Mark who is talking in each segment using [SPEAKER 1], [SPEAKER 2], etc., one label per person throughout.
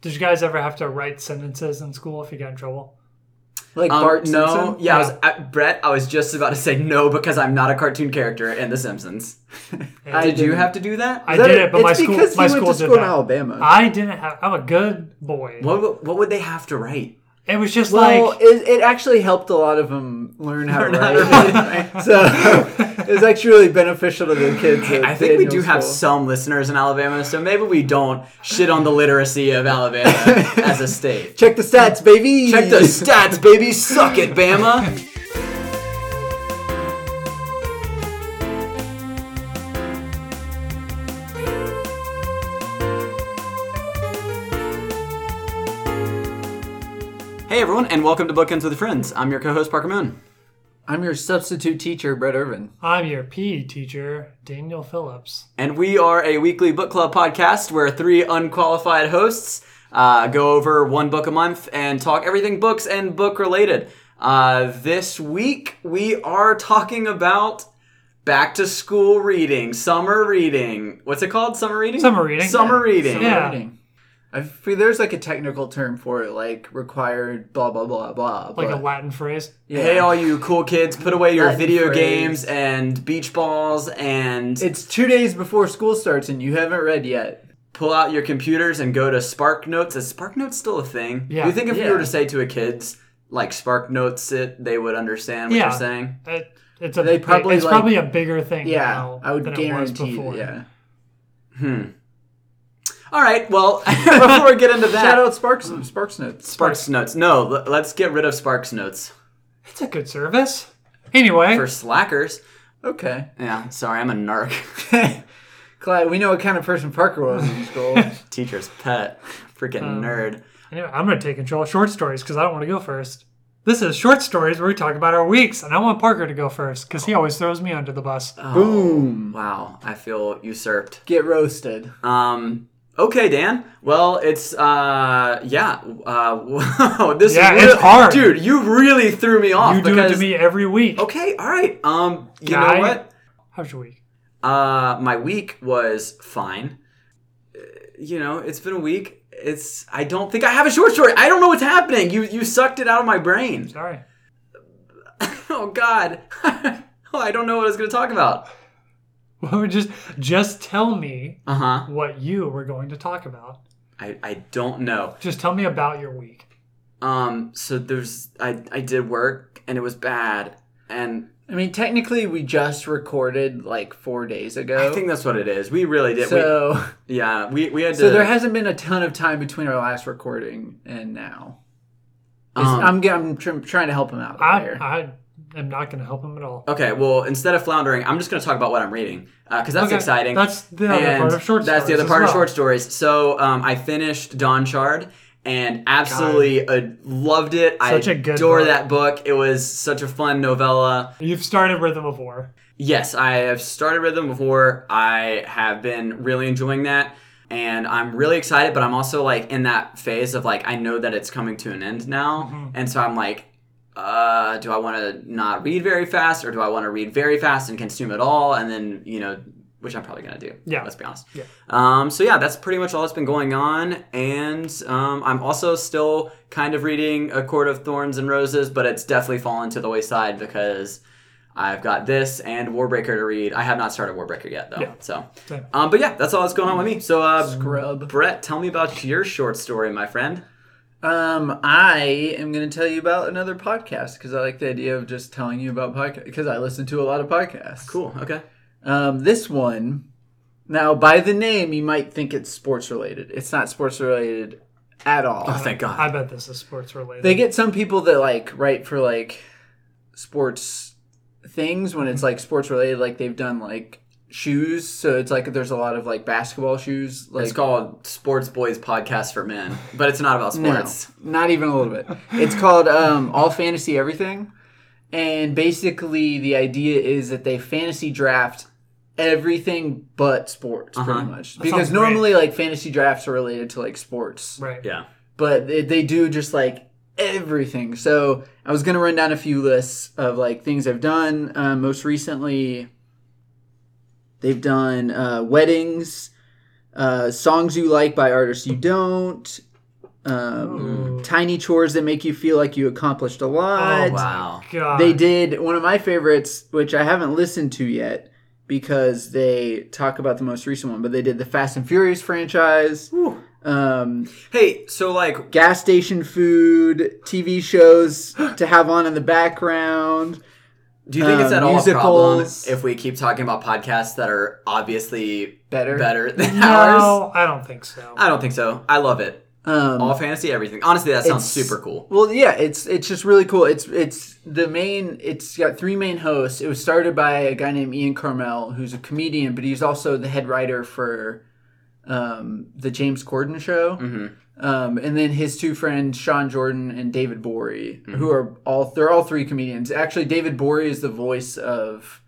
[SPEAKER 1] Did you guys ever have to write sentences in school if you got in trouble?
[SPEAKER 2] Like
[SPEAKER 3] Um,
[SPEAKER 2] Bart
[SPEAKER 3] no,
[SPEAKER 2] Simpson?
[SPEAKER 3] yeah, I was, I, Brett. I was just about to say no because I'm not a cartoon character in The Simpsons.
[SPEAKER 1] I
[SPEAKER 3] Did you have to do that?
[SPEAKER 1] I
[SPEAKER 2] Is that
[SPEAKER 1] did it, but my
[SPEAKER 2] it's
[SPEAKER 1] school,
[SPEAKER 2] because
[SPEAKER 1] my
[SPEAKER 2] he
[SPEAKER 1] school
[SPEAKER 2] went
[SPEAKER 1] did
[SPEAKER 2] to school in
[SPEAKER 1] that.
[SPEAKER 2] Alabama.
[SPEAKER 1] I didn't have. I'm a good boy.
[SPEAKER 3] what, would- what would they have to write?
[SPEAKER 1] It was just
[SPEAKER 2] well,
[SPEAKER 1] like
[SPEAKER 2] it, it actually helped a lot of them learn how
[SPEAKER 3] Learn
[SPEAKER 2] to
[SPEAKER 3] how
[SPEAKER 2] write.
[SPEAKER 3] to write.
[SPEAKER 2] so it was actually really beneficial to the kids. that
[SPEAKER 3] I
[SPEAKER 2] they
[SPEAKER 3] think we
[SPEAKER 2] had
[SPEAKER 3] do
[SPEAKER 2] no
[SPEAKER 3] have
[SPEAKER 2] school.
[SPEAKER 3] some listeners in Alabama, so maybe we don't shit on the literacy of Alabama as a state.
[SPEAKER 2] Check the stats, baby.
[SPEAKER 3] Check the stats, baby. Suck it, Bama. Hey everyone, and welcome to Bookends with Friends. I'm your co-host Parker Moon.
[SPEAKER 2] I'm your substitute teacher, Brett Irvin.
[SPEAKER 1] I'm your PE teacher, Daniel Phillips.
[SPEAKER 3] And we are a weekly book club podcast where three unqualified hosts uh, go over one book a month and talk everything books and book related. Uh, this week we are talking about back to school reading, summer reading. What's it called? Summer reading?
[SPEAKER 1] Summer reading.
[SPEAKER 3] Summer reading.
[SPEAKER 1] Yeah.
[SPEAKER 2] I feel there's like a technical term for it, like required blah blah blah blah.
[SPEAKER 1] Like a
[SPEAKER 2] but-
[SPEAKER 1] Latin phrase.
[SPEAKER 2] yeah.
[SPEAKER 3] Hey, all you cool kids, put away your
[SPEAKER 2] Latin
[SPEAKER 3] video
[SPEAKER 2] phrase.
[SPEAKER 3] games and beach balls and
[SPEAKER 2] It's two days before school starts and you haven't read yet.
[SPEAKER 3] pull out your computers and go to Spark Notes. Is Spark Notes still a thing?
[SPEAKER 1] Yeah.
[SPEAKER 3] Do you think if
[SPEAKER 2] Yeah.
[SPEAKER 3] you were to say to a kids like Spark Notes it, they would understand what
[SPEAKER 1] Yeah.
[SPEAKER 3] you're saying?
[SPEAKER 1] It, it's a.
[SPEAKER 2] They probably,
[SPEAKER 1] it's
[SPEAKER 2] like-
[SPEAKER 1] probably a bigger thing.
[SPEAKER 2] Yeah,
[SPEAKER 1] now
[SPEAKER 2] I would
[SPEAKER 1] than it was
[SPEAKER 2] guarantee.
[SPEAKER 1] before.
[SPEAKER 2] Yeah.
[SPEAKER 3] All right. Well, before we get into that,
[SPEAKER 2] Shout out Sparks Sparks Notes.
[SPEAKER 3] Sparks Notes. No, l- let's get rid of Sparks Notes
[SPEAKER 1] It's a good service. Anyway,
[SPEAKER 3] for slackers.
[SPEAKER 2] Okay.
[SPEAKER 3] Yeah. Sorry, I'm a narc.
[SPEAKER 2] Glad we know what kind of person Parker was in school.
[SPEAKER 3] Teacher's pet. Freaking
[SPEAKER 1] Oh.
[SPEAKER 3] nerd.
[SPEAKER 1] anyway, I'm going to take control of short stories because I don't want to go first. This is short stories where we talk about our weeks, and I want Parker to go first because he always throws me under the bus.
[SPEAKER 2] Uh, Boom.
[SPEAKER 3] Wow. I feel usurped.
[SPEAKER 2] Get roasted.
[SPEAKER 3] Um, okay, Dan. Well, it's uh, yeah. Uh, wow, this
[SPEAKER 1] Yeah,
[SPEAKER 3] really,
[SPEAKER 1] it's hard.
[SPEAKER 3] dude. You really threw me off.
[SPEAKER 1] you do it to
[SPEAKER 3] because-
[SPEAKER 1] me every
[SPEAKER 2] Oh.
[SPEAKER 1] week.
[SPEAKER 3] Okay, all right. Um, you
[SPEAKER 1] Guy.
[SPEAKER 3] know what?
[SPEAKER 1] How's your week?
[SPEAKER 3] Uh, my week was fine. Uh, You know, it's been a week. It's. I don't think I have a short story. I don't know what's happening. You you sucked it out of my brain.
[SPEAKER 1] Sorry.
[SPEAKER 3] Oh God. oh, I don't know what I was gonna talk about.
[SPEAKER 1] Well, just just tell me
[SPEAKER 3] Uh huh.
[SPEAKER 1] what you were going to talk about.
[SPEAKER 3] I I don't know.
[SPEAKER 1] Just tell me about your week.
[SPEAKER 3] Um. So there's. I I did work and it was bad and
[SPEAKER 2] I mean, technically, we just recorded like four days ago.
[SPEAKER 3] I think that's what it is. We really did.
[SPEAKER 2] so.
[SPEAKER 3] we, yeah, we, we had to.
[SPEAKER 2] So there hasn't been a ton of time between our last recording and now. It's-
[SPEAKER 3] Um,
[SPEAKER 2] I'm g- I'm tr- trying to help him out
[SPEAKER 1] I
[SPEAKER 2] here.
[SPEAKER 1] I am not going to help him at all.
[SPEAKER 3] okay, well, instead of floundering, I'm just going to talk about what I'm reading because that's
[SPEAKER 1] Okay,
[SPEAKER 3] exciting.
[SPEAKER 1] That's the other
[SPEAKER 3] And
[SPEAKER 1] part of short
[SPEAKER 3] That's the
[SPEAKER 1] stories
[SPEAKER 3] other
[SPEAKER 1] as
[SPEAKER 3] part of
[SPEAKER 1] well.
[SPEAKER 3] short stories. So um, I finished Don Shard and absolutely uh, loved it.
[SPEAKER 1] Such
[SPEAKER 3] I
[SPEAKER 1] a good
[SPEAKER 3] adore
[SPEAKER 1] book.
[SPEAKER 3] that book. It was such a fun novella.
[SPEAKER 1] You've started Rhythm of War.
[SPEAKER 3] Yes, I have started Rhythm before. I have been really enjoying that. And I'm really excited, but I'm also like in that phase of like, I know that it's coming to an end now.
[SPEAKER 1] Mm-hmm.
[SPEAKER 3] And so I'm like, uh, do I want to not read very fast or do I want to read very fast and consume it all? And then, you know, which I'm probably going to do.
[SPEAKER 1] Yeah.
[SPEAKER 3] Let's be honest.
[SPEAKER 1] Yeah.
[SPEAKER 3] Um, so yeah, that's pretty much all that's been going on. And um, I'm also still kind of reading A Court of Thorns and Roses, but it's definitely fallen to the wayside because I've got this and Warbreaker to read. I have not started Warbreaker yet though.
[SPEAKER 1] Yeah.
[SPEAKER 3] So,
[SPEAKER 1] Same.
[SPEAKER 3] um, but yeah, that's all that's going on with me. So, uh,
[SPEAKER 2] Scrub.
[SPEAKER 3] Brett, tell me about your short story, my friend.
[SPEAKER 2] Um, I am going to tell you about another podcast because I like the idea of just telling you about podcast because I listen to a lot of podcasts.
[SPEAKER 3] Cool. Okay.
[SPEAKER 2] Um, this one, now by the name, you might think it's sports related. It's not sports related at all.
[SPEAKER 3] Oh, thank God.
[SPEAKER 1] I bet this is sports related.
[SPEAKER 2] They get some people that like write for like sports things when
[SPEAKER 3] Mm-hmm.
[SPEAKER 2] it's like sports related, like they've done like shoes. So it's like there's a lot of like basketball shoes. Like
[SPEAKER 3] it's called Sports Boys Podcast for Men, but it's not about
[SPEAKER 2] no,
[SPEAKER 3] sports.
[SPEAKER 2] not even a little bit. It's called um, All Fantasy Everything, and basically the idea is that they fantasy draft everything but sports pretty much because
[SPEAKER 1] Uh-huh. sounds great.
[SPEAKER 2] normally like fantasy drafts are related to like sports
[SPEAKER 1] right.
[SPEAKER 3] Yeah.
[SPEAKER 2] but they, they do just like everything. So I was gonna run down a few lists of like things I've done. Um, most recently, they've done uh, weddings, uh, songs you like by artists you don't, um,
[SPEAKER 1] Ooh.
[SPEAKER 2] tiny chores that make you feel like you accomplished a lot.
[SPEAKER 1] Oh,
[SPEAKER 3] Wow.
[SPEAKER 1] God.
[SPEAKER 2] They did one of my favorites, which I haven't listened to yet because they talk about the most recent one, but they did the Fast and Furious franchise, um,
[SPEAKER 3] Hey, so like,
[SPEAKER 2] gas station food, TV shows to have on in the background.
[SPEAKER 3] do you think it's
[SPEAKER 2] Uh,
[SPEAKER 3] at all a problem
[SPEAKER 2] musicals.
[SPEAKER 3] if we keep talking about podcasts that are obviously
[SPEAKER 2] Better.
[SPEAKER 3] better than ours?
[SPEAKER 1] No, I don't think so.
[SPEAKER 3] I don't think so. I love it.
[SPEAKER 2] Um,
[SPEAKER 3] All fantasy, everything. Honestly, that sounds
[SPEAKER 2] It's-
[SPEAKER 3] super cool.
[SPEAKER 2] Well, yeah, it's it's just really cool. It's it's the main. It's got three main hosts. It was started by a guy named Ian Carmel, who's a comedian, but he's also the head writer for um, the James Corden show.
[SPEAKER 3] Mm-hmm.
[SPEAKER 2] Um, and then his two friends, Sean Jordan and David Bory, who are all they're all three comedians. Actually, David Bory is the voice of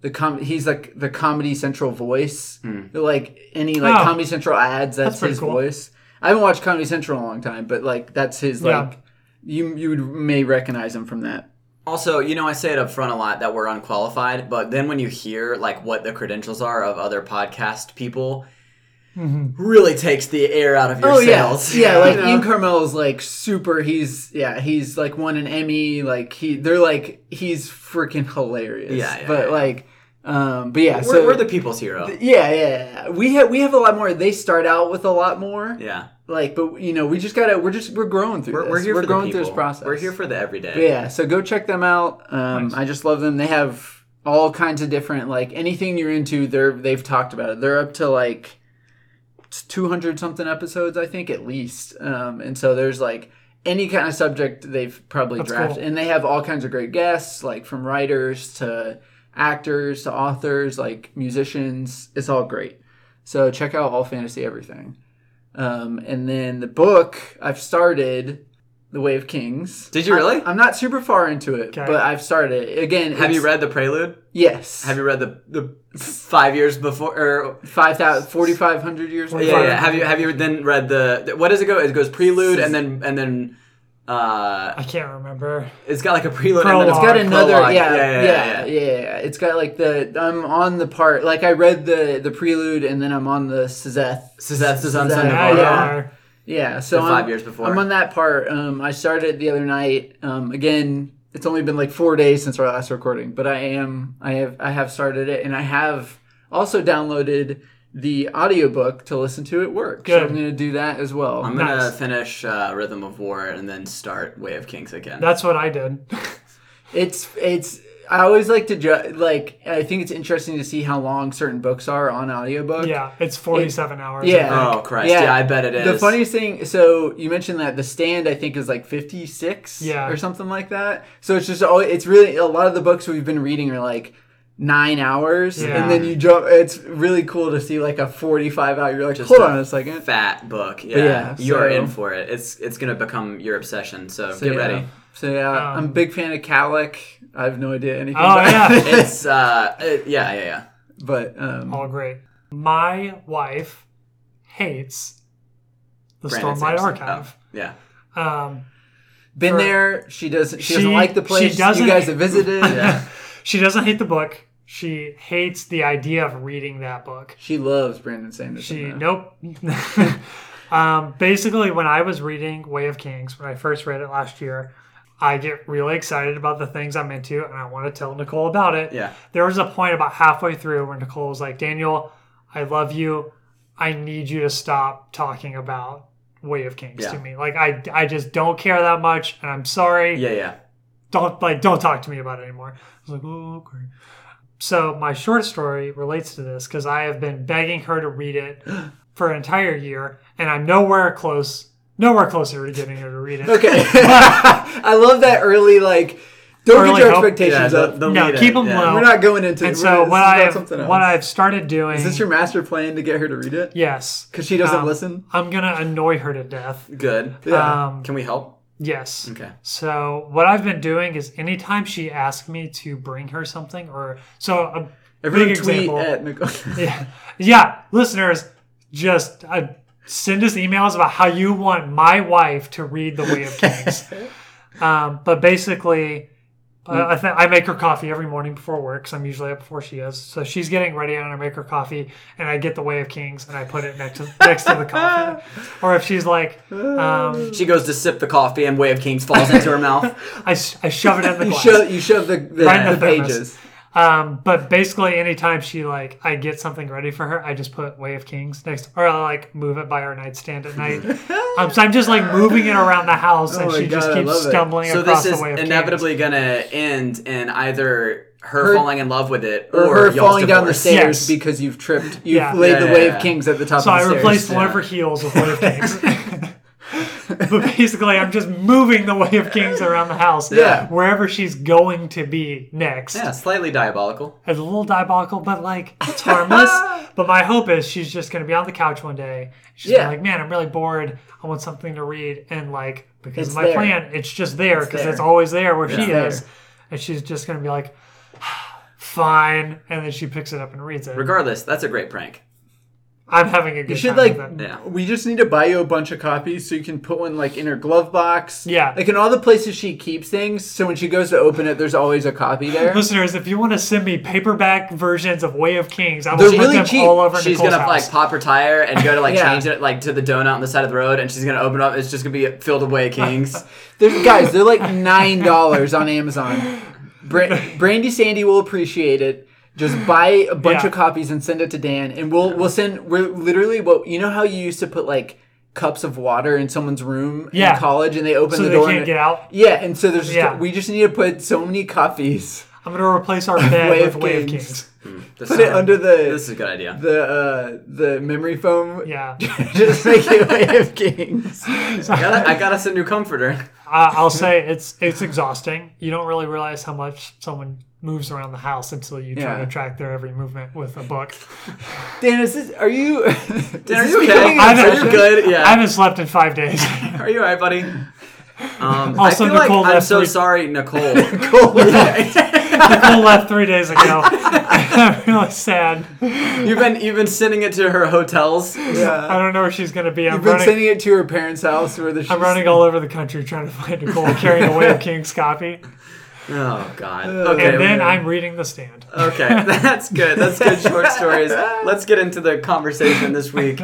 [SPEAKER 2] the com. He's like the Comedy Central voice, like any like
[SPEAKER 1] Oh.
[SPEAKER 2] Comedy Central ads. That's,
[SPEAKER 1] pretty
[SPEAKER 2] his
[SPEAKER 1] cool.
[SPEAKER 2] voice. I haven't watched Comedy Central in a long time, but like that's his
[SPEAKER 1] Yeah.
[SPEAKER 2] like you you would- may recognize him from that.
[SPEAKER 3] Also, you know, I say it up front a lot that we're unqualified, but then when you hear like what the credentials are of other podcast people, really takes the air out of your sails.
[SPEAKER 2] Oh, yeah, yeah. Like
[SPEAKER 3] You know?
[SPEAKER 2] Ian Carmel is like super. He's yeah, he's like won an Emmy. Like he, they're like he's freaking hilarious.
[SPEAKER 3] Yeah, yeah,
[SPEAKER 2] but
[SPEAKER 3] yeah.
[SPEAKER 2] like, um, but yeah,
[SPEAKER 3] we're,
[SPEAKER 2] so
[SPEAKER 3] we're the people's hero.
[SPEAKER 2] yeah, yeah, yeah. We have we have a lot more. They start out with a lot more.
[SPEAKER 3] yeah,
[SPEAKER 2] Like, but you know, we just gotta. We're just we're growing through.
[SPEAKER 3] we're,
[SPEAKER 2] this.
[SPEAKER 3] we're here
[SPEAKER 2] We're
[SPEAKER 3] for
[SPEAKER 2] growing
[SPEAKER 3] the people.
[SPEAKER 2] through this process.
[SPEAKER 3] We're here for the everyday.
[SPEAKER 2] But yeah, so go check them out. Um, I just love them. They have all kinds of different like anything you're into. They're they've talked about it. They're up to like two hundred something episodes, I think at least. Um, and so there's like any kind of subject they've probably
[SPEAKER 1] That's
[SPEAKER 2] drafted,
[SPEAKER 1] cool.
[SPEAKER 2] and they have all kinds of great guests, like from writers to actors to authors, like musicians. It's all great. So check out all fantasy everything. Um, and then the book I've started, The Way of Kings.
[SPEAKER 3] Did you really?
[SPEAKER 2] I, am not super far into it,
[SPEAKER 1] Okay.
[SPEAKER 2] but I've started it. again.
[SPEAKER 3] Have you
[SPEAKER 2] it's-
[SPEAKER 3] read the prelude?
[SPEAKER 2] Yes.
[SPEAKER 3] Have you read the the five years before? Or,
[SPEAKER 2] five thousand forty five hundred years?
[SPEAKER 1] Yeah,
[SPEAKER 3] yeah, yeah, yeah. Have you have you then read the what does it go? It goes prelude and then and then uh
[SPEAKER 1] I can't remember.
[SPEAKER 3] it's got like a prelude and then
[SPEAKER 1] Prologue.
[SPEAKER 2] It's got
[SPEAKER 1] Prologue,
[SPEAKER 2] another,
[SPEAKER 3] prologue.
[SPEAKER 2] yeah yeah yeah,
[SPEAKER 3] yeah, yeah.
[SPEAKER 2] yeah. It's got like the I'm on the part like I read the the prelude and then I'm on the Sazeth.
[SPEAKER 3] Suzette is on
[SPEAKER 2] Suzette.
[SPEAKER 3] Sunday.
[SPEAKER 1] Yeah,
[SPEAKER 2] yeah.
[SPEAKER 1] you
[SPEAKER 3] Morning.
[SPEAKER 1] are.
[SPEAKER 2] Yeah, so
[SPEAKER 3] The
[SPEAKER 2] I'm,
[SPEAKER 3] five years before.
[SPEAKER 2] I'm on that part. Um, I started the other night. Um, again, it's only been like four days since our last recording, but I am I have I have started it and I have also downloaded the audiobook to listen to at work. So
[SPEAKER 1] Good.
[SPEAKER 2] I'm gonna do that as well.
[SPEAKER 3] I'm gonna
[SPEAKER 1] Nice.
[SPEAKER 3] finish uh, Rhythm of War and then start Way of Kings again.
[SPEAKER 1] That's what I did.
[SPEAKER 2] It's it's I always like to ju- like I think it's interesting to see how long certain books are on audiobook.
[SPEAKER 1] yeah, it's 47 hours.
[SPEAKER 2] Yeah.
[SPEAKER 3] oh Christ! Yeah. I bet it is.
[SPEAKER 2] The funniest thing, so you mentioned that the stand I think is like fifty six,
[SPEAKER 1] Yeah.
[SPEAKER 2] or something like that. So it's just all it's really a lot of the books we've been reading are like nine hours,
[SPEAKER 1] Yeah.
[SPEAKER 2] and then you jump. It's really cool to see like a forty five hour. You're like,
[SPEAKER 3] Just
[SPEAKER 2] hold
[SPEAKER 3] a
[SPEAKER 2] on a second.
[SPEAKER 3] fat book. Yeah,
[SPEAKER 2] yeah,
[SPEAKER 3] you're
[SPEAKER 2] so-
[SPEAKER 3] in for it. It's it's gonna become your obsession. So,
[SPEAKER 2] So,
[SPEAKER 3] get
[SPEAKER 2] yeah.
[SPEAKER 3] ready.
[SPEAKER 2] So yeah, I'm a big fan of Calic. I have no idea anything.
[SPEAKER 1] Um, Oh,
[SPEAKER 2] about
[SPEAKER 1] yeah.
[SPEAKER 2] it,
[SPEAKER 3] It's uh, it- yeah, yeah, yeah.
[SPEAKER 2] but um,
[SPEAKER 1] All great. My wife hates the
[SPEAKER 3] Brandon
[SPEAKER 1] Stormlight
[SPEAKER 3] Sanderson.
[SPEAKER 1] Archive.
[SPEAKER 3] Oh, yeah,
[SPEAKER 1] Um,
[SPEAKER 2] been
[SPEAKER 1] for-
[SPEAKER 2] there. She doesn't. She, doesn't
[SPEAKER 1] She-
[SPEAKER 2] like the
[SPEAKER 1] she
[SPEAKER 2] place.
[SPEAKER 1] doesn't-
[SPEAKER 2] you guys have visited.
[SPEAKER 1] she doesn't hate the book. She hates the idea of reading that book.
[SPEAKER 2] She loves Brandon Sanderson.
[SPEAKER 1] She
[SPEAKER 2] though.
[SPEAKER 1] nope. um, basically, when I was reading Way of Kings, when I first read it last year, I get really excited about the things I'm into, and I want to tell Nicole about it.
[SPEAKER 3] Yeah.
[SPEAKER 1] There was a point about halfway through where Nicole was like, "Daniel, I love you. I need you to stop talking about Way of Kings
[SPEAKER 3] Yeah.
[SPEAKER 1] to me. Like, I I just don't care that much, and I'm sorry
[SPEAKER 3] yeah, yeah.
[SPEAKER 1] don't like don't talk to me about it anymore. I was like, oh, okay. So my short story relates to this because I have been begging her to read it for an entire year, and I'm nowhere close, nowhere closer to getting her to read it.
[SPEAKER 2] Okay. I love that early like don't
[SPEAKER 1] Early
[SPEAKER 2] get your
[SPEAKER 1] hope.
[SPEAKER 2] expectations
[SPEAKER 3] Yeah,
[SPEAKER 2] up.
[SPEAKER 3] the- the
[SPEAKER 1] No,
[SPEAKER 3] lead in,
[SPEAKER 1] keep 'em
[SPEAKER 3] yeah.
[SPEAKER 1] low.
[SPEAKER 2] We're not going into
[SPEAKER 1] And
[SPEAKER 2] we're-
[SPEAKER 1] so
[SPEAKER 2] this
[SPEAKER 1] what
[SPEAKER 2] is about
[SPEAKER 1] I've
[SPEAKER 2] something else.
[SPEAKER 1] what I've started doing
[SPEAKER 2] is this your master plan to get her to read it?
[SPEAKER 1] yes,
[SPEAKER 2] Because she doesn't
[SPEAKER 1] Um,
[SPEAKER 2] listen.
[SPEAKER 1] I'm gonna annoy her to death.
[SPEAKER 3] Good.
[SPEAKER 2] Yeah.
[SPEAKER 1] Um,
[SPEAKER 3] Can we help?
[SPEAKER 1] yes.
[SPEAKER 3] Okay.
[SPEAKER 1] So what I've been doing is anytime she asks me to bring her something, or so a
[SPEAKER 2] Everyone
[SPEAKER 1] big
[SPEAKER 2] tweet
[SPEAKER 1] example.
[SPEAKER 2] at Nicole.
[SPEAKER 1] yeah, yeah, listeners, just uh, send us emails about how you want my wife to read The Way of Kings. um, but basically, Uh,
[SPEAKER 2] Mm.
[SPEAKER 1] I, th- I make her coffee every morning before work because I'm usually up before she is. So she's getting ready, and I make her coffee, and I get the Way of Kings, and I put it next to next to the coffee. Or if she's like, um,
[SPEAKER 3] She goes to sip the coffee, and Way of Kings falls into her mouth.
[SPEAKER 1] I, s- I shove it in the
[SPEAKER 2] You
[SPEAKER 1] glass.
[SPEAKER 2] shove you shove the the,
[SPEAKER 1] Right in
[SPEAKER 2] the
[SPEAKER 1] the thermos.
[SPEAKER 2] pages.
[SPEAKER 1] Um, but basically, anytime she like, I get something ready for her, I just put Way of Kings next, or I like move it by her nightstand at night. um, so I'm just like moving it around the house, and
[SPEAKER 2] Oh my
[SPEAKER 1] she just
[SPEAKER 2] God, I love
[SPEAKER 1] keeps
[SPEAKER 2] it.
[SPEAKER 1] stumbling
[SPEAKER 3] So
[SPEAKER 1] across
[SPEAKER 3] this is
[SPEAKER 1] the Way of
[SPEAKER 3] inevitably gonna end in either her,
[SPEAKER 2] Her-
[SPEAKER 3] falling in love with it
[SPEAKER 2] Or,
[SPEAKER 3] or,
[SPEAKER 2] her
[SPEAKER 3] y'all's
[SPEAKER 2] falling down the
[SPEAKER 3] divorce.
[SPEAKER 2] stairs
[SPEAKER 1] Yes.
[SPEAKER 2] because you've tripped. You've
[SPEAKER 1] Yeah.
[SPEAKER 2] laid
[SPEAKER 3] Yeah,
[SPEAKER 2] the
[SPEAKER 3] yeah,
[SPEAKER 2] way
[SPEAKER 3] yeah.
[SPEAKER 2] of kings at the top
[SPEAKER 1] So
[SPEAKER 2] of the
[SPEAKER 1] I
[SPEAKER 2] stairs.
[SPEAKER 1] replaced one
[SPEAKER 3] yeah.
[SPEAKER 1] of her heels with Way of Kings. but basically, I'm just moving the Way of Kings around the house,
[SPEAKER 2] Yeah.
[SPEAKER 1] wherever she's going to be next.
[SPEAKER 3] Yeah, slightly diabolical.
[SPEAKER 1] It's a little diabolical, but like it's harmless. but my hope is she's just gonna be on the couch one day. She's gonna
[SPEAKER 2] Yeah.
[SPEAKER 1] be like, man, I'm really bored. I want something to read, and like because
[SPEAKER 2] It's
[SPEAKER 1] of my
[SPEAKER 2] there.
[SPEAKER 1] plan, it's just there because
[SPEAKER 2] there.
[SPEAKER 1] it's always there where she
[SPEAKER 2] there.
[SPEAKER 1] is, and she's just gonna be like, fine, and then she picks it up and reads it.
[SPEAKER 3] Regardless, that's a great prank.
[SPEAKER 1] I'm having a good
[SPEAKER 2] You
[SPEAKER 1] time
[SPEAKER 2] should like.
[SPEAKER 1] with it.
[SPEAKER 3] Yeah.
[SPEAKER 2] We just need to buy you a bunch of copies so you can put one like in her glove box.
[SPEAKER 1] Yeah.
[SPEAKER 2] Like in all the places she keeps things, so when she goes to open it, there's always a copy there.
[SPEAKER 1] Listeners, if you want to send me paperback versions of Way of Kings, I will
[SPEAKER 2] They're
[SPEAKER 1] put
[SPEAKER 2] really
[SPEAKER 1] them
[SPEAKER 2] cheap.
[SPEAKER 1] all over
[SPEAKER 3] she's
[SPEAKER 1] Nicole's
[SPEAKER 3] gonna
[SPEAKER 1] house.
[SPEAKER 3] like pop her tire and go to like
[SPEAKER 2] Yeah.
[SPEAKER 3] change it like to the donut on the side of the road, and she's gonna open up. It's just gonna be filled with Way of Kings.
[SPEAKER 2] They're, guys, they're like nine dollars on Amazon. Bra- Brandy Sandy will appreciate it. Just buy a bunch
[SPEAKER 1] Yeah.
[SPEAKER 2] of copies and send it to Dan, and we'll we'll send. We're literally what you know how you used to put like cups of water in someone's room
[SPEAKER 1] Yeah.
[SPEAKER 2] in college, and they open
[SPEAKER 1] so
[SPEAKER 2] the
[SPEAKER 1] they
[SPEAKER 2] door.
[SPEAKER 1] can't
[SPEAKER 2] and-
[SPEAKER 1] get out.
[SPEAKER 2] Yeah, and so there's just,
[SPEAKER 1] Yeah.
[SPEAKER 2] we just need to put so many copies.
[SPEAKER 1] I'm gonna replace our bed
[SPEAKER 2] Way
[SPEAKER 1] with
[SPEAKER 2] of
[SPEAKER 1] Way of
[SPEAKER 2] Kings.
[SPEAKER 1] Kings.
[SPEAKER 3] This,
[SPEAKER 2] Put it under
[SPEAKER 3] this
[SPEAKER 2] the
[SPEAKER 3] is a good idea.
[SPEAKER 2] the uh, the memory foam.
[SPEAKER 1] Yeah.
[SPEAKER 2] just make it way of kings.
[SPEAKER 3] I got, I got us a new comforter.
[SPEAKER 1] I I'll say it's it's exhausting. You don't really realize how much someone moves around the house until you try
[SPEAKER 2] Yeah.
[SPEAKER 1] to track their every movement with a book.
[SPEAKER 2] Dan, is this? Are you? is
[SPEAKER 3] Dan, are
[SPEAKER 2] this
[SPEAKER 3] you okay?
[SPEAKER 2] becoming an
[SPEAKER 1] I
[SPEAKER 3] Are
[SPEAKER 1] don't-
[SPEAKER 3] you
[SPEAKER 2] obsession?
[SPEAKER 3] good?
[SPEAKER 1] I
[SPEAKER 3] Yeah.
[SPEAKER 1] haven't slept in five days.
[SPEAKER 3] Are you alright, buddy? Um,
[SPEAKER 1] Also,
[SPEAKER 3] I feel
[SPEAKER 1] Nicole
[SPEAKER 3] like I'm
[SPEAKER 1] left
[SPEAKER 3] so
[SPEAKER 1] me-
[SPEAKER 3] sorry, Nicole.
[SPEAKER 1] Nicole left three days ago. I'm really sad.
[SPEAKER 3] You've been you've been sending it to her hotels.
[SPEAKER 2] Yeah.
[SPEAKER 1] I don't know where she's gonna be. I'm
[SPEAKER 2] You've been
[SPEAKER 1] running.
[SPEAKER 2] sending it to her parents' house where the
[SPEAKER 1] I'm running all over the country trying to find Nicole carrying away a King's copy,
[SPEAKER 3] Oh God.
[SPEAKER 1] and
[SPEAKER 2] Uh,
[SPEAKER 3] Okay.
[SPEAKER 1] then
[SPEAKER 2] man.
[SPEAKER 1] I'm reading The Stand.
[SPEAKER 3] Okay, that's good. That's good short stories. Let's get into the conversation this week.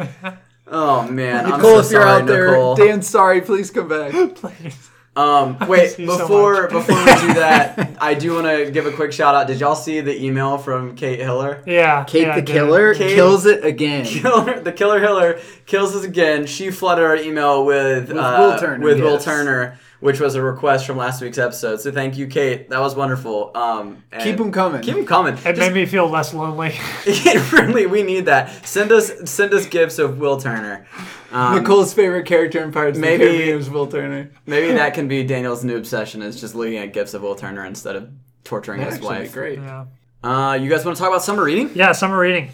[SPEAKER 3] Oh man, I'm
[SPEAKER 2] Nicole,
[SPEAKER 3] so
[SPEAKER 2] if you're
[SPEAKER 3] sorry,
[SPEAKER 2] out there,
[SPEAKER 3] Nicole.
[SPEAKER 2] Dan, sorry, please come back.
[SPEAKER 1] Please.
[SPEAKER 3] Um, wait,
[SPEAKER 1] miss you so
[SPEAKER 3] before
[SPEAKER 1] much.
[SPEAKER 3] before we do that, I do want to give a quick shout out. Did y'all see the email from Kate Hiller?
[SPEAKER 1] Yeah. yeah, I did it.
[SPEAKER 3] Kate-
[SPEAKER 2] kills it again.
[SPEAKER 3] Killer, the killer Hiller kills us again. She flooded our email with with,
[SPEAKER 2] Will Turner,
[SPEAKER 3] with Will
[SPEAKER 2] yes.
[SPEAKER 3] Turner, which was a request from last week's episode. So thank you, Kate. That was wonderful. Um, and
[SPEAKER 2] Keep 'em coming.
[SPEAKER 3] Keep them coming.
[SPEAKER 1] It
[SPEAKER 3] Just-
[SPEAKER 1] made me feel less lonely.
[SPEAKER 3] really, we need that. Send us send us gifts of Will Turner. Um,
[SPEAKER 2] Nicole's favorite character in Pirates of the
[SPEAKER 3] Maybe-
[SPEAKER 2] Caribbean is Will Turner.
[SPEAKER 3] Maybe that can be Daniel's new obsession is just looking at gifts of Will Turner instead of torturing his
[SPEAKER 2] Actually,
[SPEAKER 3] wife.
[SPEAKER 2] great.
[SPEAKER 1] Yeah.
[SPEAKER 3] Uh, you guys want to talk about summer reading?
[SPEAKER 1] Yeah. Summer reading.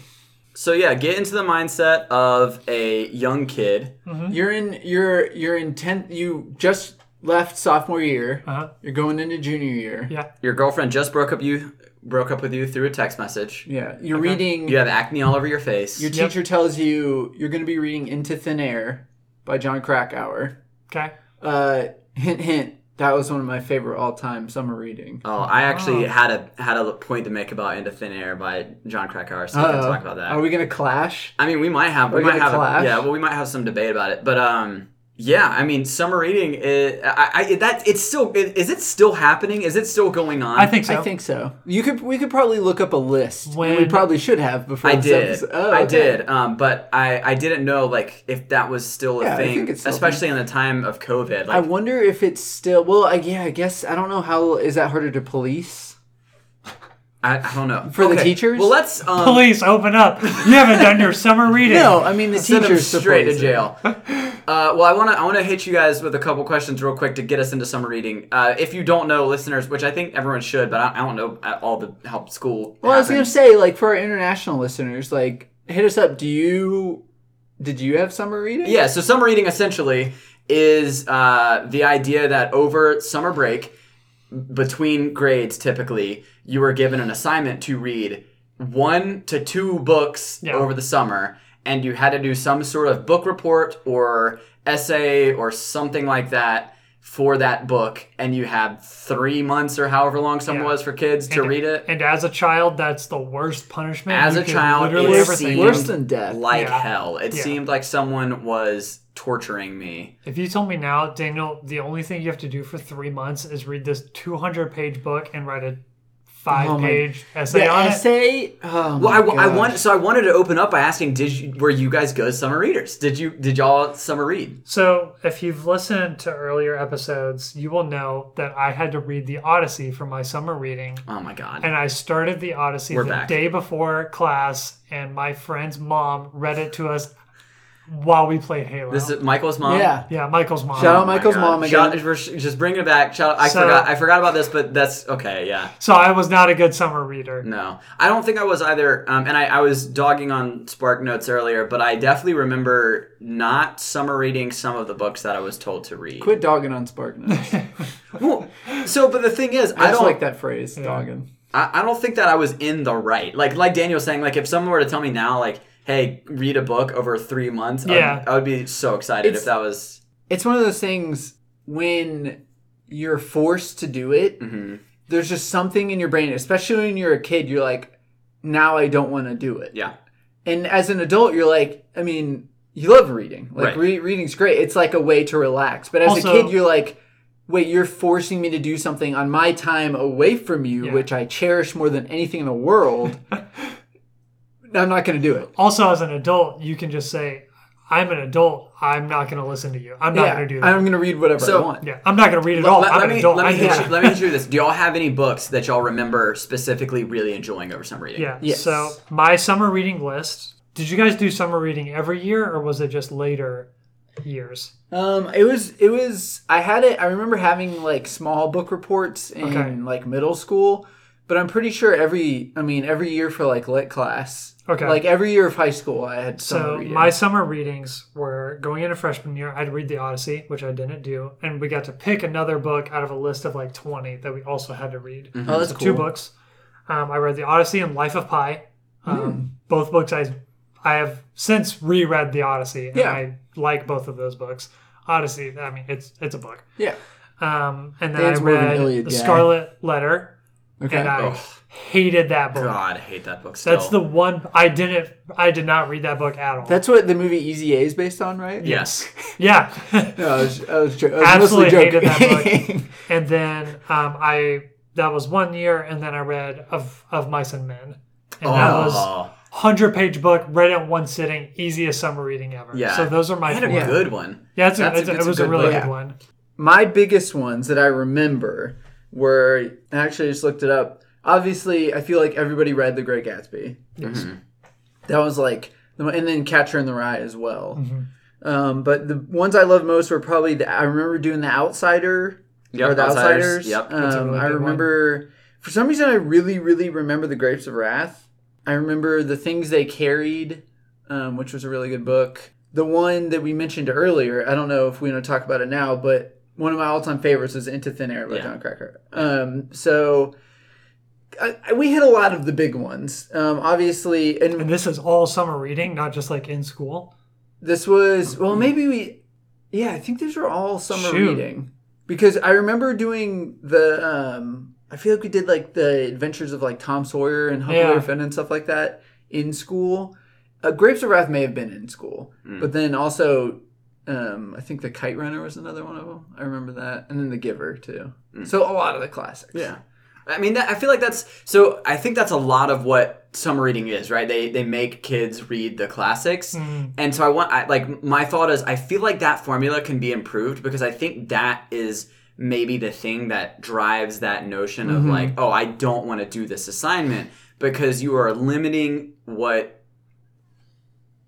[SPEAKER 3] So yeah, get into the mindset of a young kid.
[SPEAKER 1] Mm-hmm.
[SPEAKER 2] You're in you're you're in tenth. You just left sophomore year.
[SPEAKER 1] Uh huh.
[SPEAKER 2] You're going into junior year.
[SPEAKER 1] Yeah.
[SPEAKER 3] Your girlfriend just broke up you broke up with you through a text message.
[SPEAKER 2] Yeah. You're reading.
[SPEAKER 3] You have acne all over your face.
[SPEAKER 2] Your
[SPEAKER 1] Yep.
[SPEAKER 2] teacher tells you you're going to be reading Into Thin Air by John Krakauer.
[SPEAKER 1] Okay.
[SPEAKER 2] Uh, hint, hint. That was one of my favorite all-time summer reading.
[SPEAKER 3] oh, I actually had a had a point to make about Into Thin Air by John Krakauer, so we can
[SPEAKER 2] Uh-oh.
[SPEAKER 3] talk about that.
[SPEAKER 2] Are we going to clash?
[SPEAKER 3] I mean, we might have we
[SPEAKER 2] we
[SPEAKER 3] might
[SPEAKER 2] gonna
[SPEAKER 3] have
[SPEAKER 2] clash?
[SPEAKER 3] yeah, well, we might have some debate about it, but um, yeah, I mean, summer reading, it, I, I it- that it's still it, is it still happening? Is it still going on?
[SPEAKER 1] I think so.
[SPEAKER 2] I think so. You could we could probably look up a list. and we
[SPEAKER 1] When-
[SPEAKER 2] probably should have before
[SPEAKER 3] I
[SPEAKER 2] this
[SPEAKER 3] did.
[SPEAKER 2] episode. Oh,
[SPEAKER 3] I
[SPEAKER 2] okay.
[SPEAKER 3] did. Um, but I I didn't know like if that was still a
[SPEAKER 2] Yeah, I
[SPEAKER 3] thing,
[SPEAKER 2] think it's still a
[SPEAKER 3] especially in the time of COVID.
[SPEAKER 2] I
[SPEAKER 3] Like,
[SPEAKER 2] wonder if it's still well. I, yeah, I guess I don't know how is that harder to police.
[SPEAKER 3] I, I don't know
[SPEAKER 2] For the teachers?
[SPEAKER 3] Well, let's um,
[SPEAKER 1] Police, open up. You haven't done your summer reading.
[SPEAKER 2] No, I mean the
[SPEAKER 3] send them
[SPEAKER 2] teachers
[SPEAKER 3] straight to
[SPEAKER 2] supports it.
[SPEAKER 3] jail. Uh, well, I want to I want to hit you guys with a couple questions real quick to get us into summer reading. Uh, if you don't know, listeners, which I think everyone should, but I, I don't know at all the how school.
[SPEAKER 2] Well, I was gonna
[SPEAKER 3] happens.
[SPEAKER 2] say like for our international listeners, like hit us up. Do you did you have summer reading?
[SPEAKER 3] yeah. So summer reading essentially is uh, the idea that over summer break, between grades, typically you are given an assignment to read one to two books
[SPEAKER 1] Yeah.
[SPEAKER 3] over the summer, and you had to do some sort of book report or essay or something like that for that book, and you had three months or however long someone
[SPEAKER 1] Yeah.
[SPEAKER 3] was for kids to
[SPEAKER 1] And-
[SPEAKER 3] read it.
[SPEAKER 1] And as a child, that's the worst punishment.
[SPEAKER 3] As
[SPEAKER 1] You
[SPEAKER 3] a
[SPEAKER 1] could
[SPEAKER 3] child,
[SPEAKER 1] literally
[SPEAKER 3] it
[SPEAKER 1] everything.
[SPEAKER 3] seemed-
[SPEAKER 2] Worse than death.
[SPEAKER 3] Like
[SPEAKER 1] Yeah.
[SPEAKER 3] hell. It
[SPEAKER 1] Yeah.
[SPEAKER 3] seemed like someone was torturing me.
[SPEAKER 1] If you told me now, Daniel, the only thing you have to do for three months is read this 200 page book and write
[SPEAKER 3] Oh
[SPEAKER 1] a five page essay
[SPEAKER 2] the
[SPEAKER 1] on it.
[SPEAKER 2] essay. Oh
[SPEAKER 3] Well,
[SPEAKER 2] my
[SPEAKER 3] I, w- I
[SPEAKER 2] gosh.
[SPEAKER 3] want so I wanted to open up by asking, did you were you guys good summer readers? Did you did y'all summer read?
[SPEAKER 1] So, if you've listened to earlier episodes, you will know that I had to read the Odyssey for my summer reading.
[SPEAKER 3] Oh my god,
[SPEAKER 1] And I started the Odyssey
[SPEAKER 3] We're
[SPEAKER 1] the
[SPEAKER 3] back.
[SPEAKER 1] day before class, and my friend's mom read it to us while we played Halo.
[SPEAKER 3] this is Michael's mom.
[SPEAKER 2] Yeah.
[SPEAKER 1] yeah, Michael's mom.
[SPEAKER 2] Shout
[SPEAKER 3] Oh
[SPEAKER 2] out
[SPEAKER 3] my
[SPEAKER 2] Michael's
[SPEAKER 3] God.
[SPEAKER 2] mom
[SPEAKER 3] Shout-
[SPEAKER 2] again.
[SPEAKER 3] we're sh- just bringing it back. Shout out, I
[SPEAKER 1] So-
[SPEAKER 3] forgot. I forgot about this, but that's okay. Yeah.
[SPEAKER 1] So, I was not a good summer reader.
[SPEAKER 3] No, I don't think I was either. Um, and I, I was dogging on Spark Notes earlier, but I definitely remember not summer reading some of the books that I was told to read.
[SPEAKER 2] Quit dogging on Spark Notes. I,
[SPEAKER 3] Well, so, but the thing is, I,
[SPEAKER 2] just
[SPEAKER 3] don't
[SPEAKER 2] like that phrase, dogging.
[SPEAKER 3] I, I don't think that I was in the right. Like like Daniel was saying, like if someone were to tell me now, like, hey, read a book over three months, I'd-
[SPEAKER 1] Yeah.
[SPEAKER 3] I would be so excited
[SPEAKER 2] It's-
[SPEAKER 3] if that was.
[SPEAKER 2] It's one of those things when you're forced to do it.
[SPEAKER 3] mhm.
[SPEAKER 2] There's just something in your brain, especially when you're a kid. You're like, now I don't want to do it.
[SPEAKER 3] Yeah,
[SPEAKER 2] And as an adult, you're like, I mean, you love reading. Like
[SPEAKER 3] Right.
[SPEAKER 2] re- reading's great. It's like a way to relax. But as
[SPEAKER 1] Also-
[SPEAKER 2] a kid, you're like, wait, you're forcing me to do something on my time away from you,
[SPEAKER 1] Yeah.
[SPEAKER 2] which I cherish more than anything in the world. I'm not going to do it.
[SPEAKER 1] Also, as an adult, you can just say, I'm an adult. I'm not going to listen to you. I'm not
[SPEAKER 2] yeah,
[SPEAKER 1] going to do that.
[SPEAKER 2] I'm going to read whatever I
[SPEAKER 3] So-
[SPEAKER 2] want.
[SPEAKER 1] yeah, I'm not going to read it all.
[SPEAKER 3] let,
[SPEAKER 1] I'm
[SPEAKER 3] let
[SPEAKER 1] an
[SPEAKER 3] me
[SPEAKER 1] adult.
[SPEAKER 3] let me
[SPEAKER 1] Oh, I know
[SPEAKER 3] hit you,
[SPEAKER 1] shit.
[SPEAKER 3] let me hit you this. Do y'all have any books that y'all remember specifically really enjoying over summer reading?
[SPEAKER 1] Yeah.
[SPEAKER 2] Yes.
[SPEAKER 1] So my summer reading list. Did you guys do summer reading every year, or was it just later years?
[SPEAKER 2] Um, it was it was I had it. I remember having like small book reports in
[SPEAKER 1] Okay.
[SPEAKER 2] like middle school, but I'm pretty sure every I mean every year for like lit class.
[SPEAKER 1] Okay.
[SPEAKER 2] Like every year of high school, I had some
[SPEAKER 1] So
[SPEAKER 2] reading.
[SPEAKER 1] my summer readings were going into freshman year. I'd read the Odyssey, which I didn't do, and we got to pick another book out of a list of like 20 that we also had to read.
[SPEAKER 2] oh, that's
[SPEAKER 1] So
[SPEAKER 2] cool.
[SPEAKER 1] two books. Um, I read The Odyssey and Life of Pi.
[SPEAKER 2] Hmm.
[SPEAKER 1] Um, Both books I I have since reread The Odyssey, and
[SPEAKER 2] Yeah.
[SPEAKER 1] I like both of those books. Odyssey, I mean, it's it's a book.
[SPEAKER 2] Yeah.
[SPEAKER 1] Um, and then
[SPEAKER 2] Dan's
[SPEAKER 1] I
[SPEAKER 2] more of an
[SPEAKER 1] read
[SPEAKER 2] Iliad
[SPEAKER 1] The
[SPEAKER 2] guy.
[SPEAKER 1] Scarlet Letter,
[SPEAKER 2] Okay.
[SPEAKER 1] and I
[SPEAKER 3] Ugh.
[SPEAKER 1] hated that book.
[SPEAKER 3] God, I hate that book. Still.
[SPEAKER 1] That's the one I didn't. I did not read that book at all.
[SPEAKER 2] That's what the movie Easy A is based on, right?
[SPEAKER 3] yes.
[SPEAKER 1] yeah.
[SPEAKER 2] No, I was, I was, jo- I was
[SPEAKER 1] Absolutely
[SPEAKER 2] mostly joking.
[SPEAKER 1] hated and then um, I that was one year, and then I read of of Mice and Men, and that was
[SPEAKER 3] Oh,
[SPEAKER 1] hundred page book read at one sitting, easiest summer reading ever.
[SPEAKER 3] Yeah.
[SPEAKER 1] So those are
[SPEAKER 3] I
[SPEAKER 1] my
[SPEAKER 3] had a
[SPEAKER 1] four. Yeah,
[SPEAKER 3] good one.
[SPEAKER 1] that's a,
[SPEAKER 3] That's a-
[SPEAKER 1] it's a-
[SPEAKER 3] that's
[SPEAKER 1] it
[SPEAKER 3] a
[SPEAKER 1] was a,
[SPEAKER 3] good
[SPEAKER 1] really
[SPEAKER 3] book.
[SPEAKER 1] good one.
[SPEAKER 2] My biggest ones that I remember were I actually just looked it up. Obviously, I feel like everybody read The Great Gatsby. That was like, the one- and then Catcher in the Rye as well. Um, but the ones I loved most were probably the, I remember doing The Outsider
[SPEAKER 3] Yep,
[SPEAKER 2] or The
[SPEAKER 3] Outsiders,
[SPEAKER 2] Outsiders.
[SPEAKER 3] yep.
[SPEAKER 1] a
[SPEAKER 2] Um,
[SPEAKER 1] really
[SPEAKER 2] I
[SPEAKER 1] good one.
[SPEAKER 2] remember for some reason I really really remember The Grapes of Wrath. I remember the things they carried, um, which was a really good book. The one that we mentioned earlier, I don't know if we want to talk about it now, but one of my all-time favorites is Into Thin Air by
[SPEAKER 3] Yeah.
[SPEAKER 2] John Cracker. Um, so I, I- we hit a lot of the big ones, um, obviously,
[SPEAKER 1] And
[SPEAKER 2] and
[SPEAKER 1] this is all summer reading, not just like in school.
[SPEAKER 2] this was well, maybe we, yeah, I think these were all summer
[SPEAKER 1] Shoot.
[SPEAKER 2] reading because I remember doing the. Um, I feel like we did like the adventures of like Tom Sawyer and Huckleberry
[SPEAKER 1] Yeah.
[SPEAKER 2] Finn and stuff like that in school. Uh, Grapes of Wrath may have been in school, but then also. Um, I think the Kite Runner was another one of them. I remember that, and then the Giver too. So a lot of the classics.
[SPEAKER 3] Yeah. I mean, that, I feel like that's so. I think that's a lot of what summer reading is, right? They they make kids read the classics, and so I want, I, like, my thought is, I feel like that formula can be improved because I think that is maybe the thing that drives that notion of like, oh, I don't want to do this assignment because you are limiting what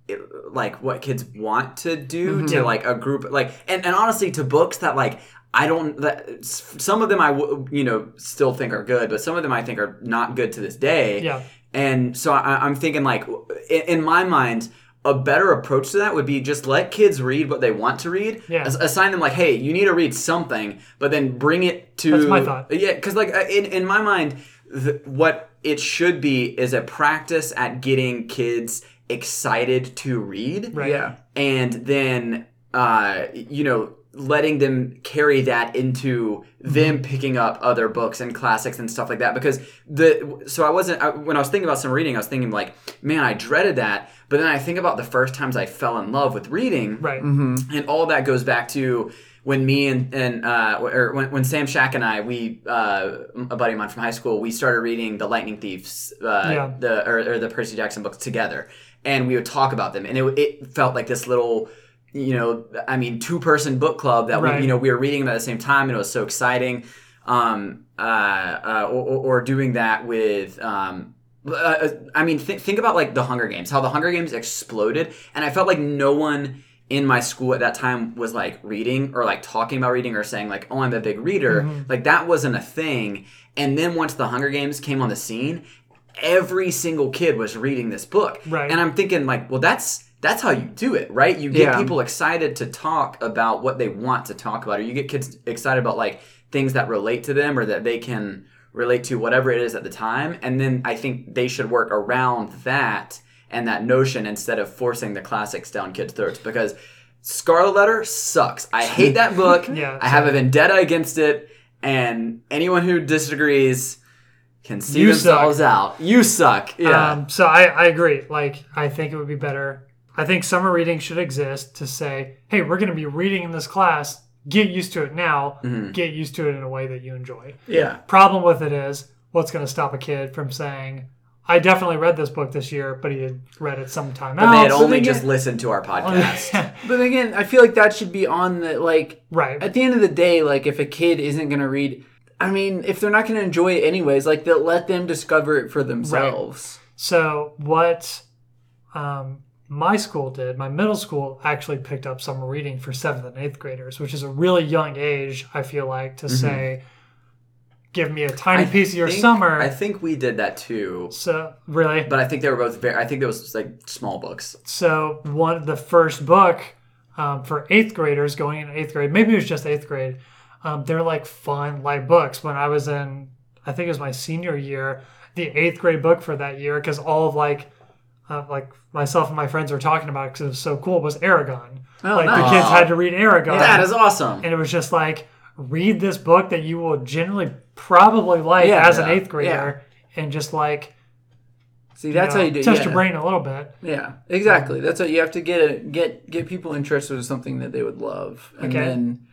[SPEAKER 3] it- like what kids want to do to
[SPEAKER 1] Mm-hmm.
[SPEAKER 3] like a group like and, and honestly to books that like i don't that s- some of them i w- you know still think are good but some of them i think are not good to this day
[SPEAKER 1] Yeah.
[SPEAKER 3] and so I, i'm thinking like in, in my mind a better approach to that would be just let kids read what they want to read
[SPEAKER 1] Yeah.
[SPEAKER 3] As- assign them like hey you need to read something but then bring it to
[SPEAKER 1] That's my thought.
[SPEAKER 3] yeah, because like uh, in in my mind, the, what it should be is a practice at getting kids excited to read,
[SPEAKER 1] Right.
[SPEAKER 2] Yeah.
[SPEAKER 3] and then uh, you know letting them carry that into them
[SPEAKER 1] Mm-hmm.
[SPEAKER 3] picking up other books and classics and stuff like that because the so i wasn't I, when i was thinking about some reading i was thinking like man i dreaded that but then i think about the first times i fell in love with reading
[SPEAKER 1] Right. Mm-hmm.
[SPEAKER 3] and all that goes back to when me and, and uh, or when, when Sam Shack and I, we uh, a buddy of mine from high school, we started reading the Lightning Thieves, uh,
[SPEAKER 1] Yeah.
[SPEAKER 3] the or, or the Percy Jackson books together, and we would talk about them, and it, it felt like this little, you know, I mean, two person book club that
[SPEAKER 1] Right.
[SPEAKER 3] we, you know, we were reading them at the same time, and it was so exciting. Um, uh, uh, or, or or doing that with um, uh, I mean, th- think about like the Hunger Games, how the Hunger Games exploded, and I felt like no one in my school at that time was like reading or like talking about reading or saying like, "Oh, I'm a big reader." Like that wasn't a thing. And then once the Hunger Games came on the scene, every single kid was reading this book,
[SPEAKER 1] Right.
[SPEAKER 3] And I'm thinking like, well, that's that's how you do it, right? You get
[SPEAKER 2] Yeah.
[SPEAKER 3] people excited to talk about what they want to talk about, or you get kids excited about like things that relate to them or that they can relate to whatever it is at the time. And then I think they should work around that and that notion instead of forcing the classics down kids' throats because Scarlet Letter sucks. I hate that book.
[SPEAKER 1] Yeah,
[SPEAKER 3] I have a vendetta against it, and anyone who disagrees can see
[SPEAKER 1] You
[SPEAKER 3] themselves out. You suck. Yeah.
[SPEAKER 1] Um, so I, I agree. Like, I think it would be better. I think summer reading should exist to say, hey, we're going to be reading in this class. Get used to it now.
[SPEAKER 3] Mm-hmm.
[SPEAKER 1] Get used to it in a way that you enjoy.
[SPEAKER 3] yeah.
[SPEAKER 1] Problem with it is, what's going to stop a kid from saying, I definitely read this book this year, but he had read it sometime
[SPEAKER 3] They had
[SPEAKER 1] else.
[SPEAKER 3] only
[SPEAKER 2] they
[SPEAKER 3] just
[SPEAKER 2] get-
[SPEAKER 3] listened to our podcast.
[SPEAKER 2] But again, I feel like that should be on the like
[SPEAKER 1] right.
[SPEAKER 2] at the end of the day, like if a kid isn't gonna read, I mean, if they're not gonna enjoy it anyways, like they'll let them discover it for themselves.
[SPEAKER 1] So what um, my school did, my middle school actually picked up summer reading for seventh and eighth graders, which is a really young age. I feel like to say, give me a tiny piece of your
[SPEAKER 3] Mm-hmm. think-
[SPEAKER 1] summer.
[SPEAKER 3] I think we did that too,
[SPEAKER 1] so really,
[SPEAKER 3] but I think they were both very. I think there was like small books.
[SPEAKER 1] so one the first book um, for eighth graders going in eighth grade, maybe it was just eighth grade. Um, they're like fun light books. When I was in, I think it was my senior year, the eighth grade book for that year, because all of like, uh, like myself and my friends were talking about because it, was so cool was Aragon. like
[SPEAKER 2] Oh, nice.
[SPEAKER 1] the kids had to read Aragon,
[SPEAKER 3] That is awesome.
[SPEAKER 1] and it was just like read this book that you will generally probably like
[SPEAKER 2] Yeah,
[SPEAKER 1] as an
[SPEAKER 3] yeah,
[SPEAKER 1] eighth grader, and just like
[SPEAKER 2] See,
[SPEAKER 1] you
[SPEAKER 2] that's
[SPEAKER 1] know,
[SPEAKER 2] how you do.
[SPEAKER 1] test
[SPEAKER 2] yeah.
[SPEAKER 1] your brain a little bit.
[SPEAKER 2] Yeah, exactly. That's what you have to get a, get get people interested in something that they would love, and
[SPEAKER 1] Okay.
[SPEAKER 2] then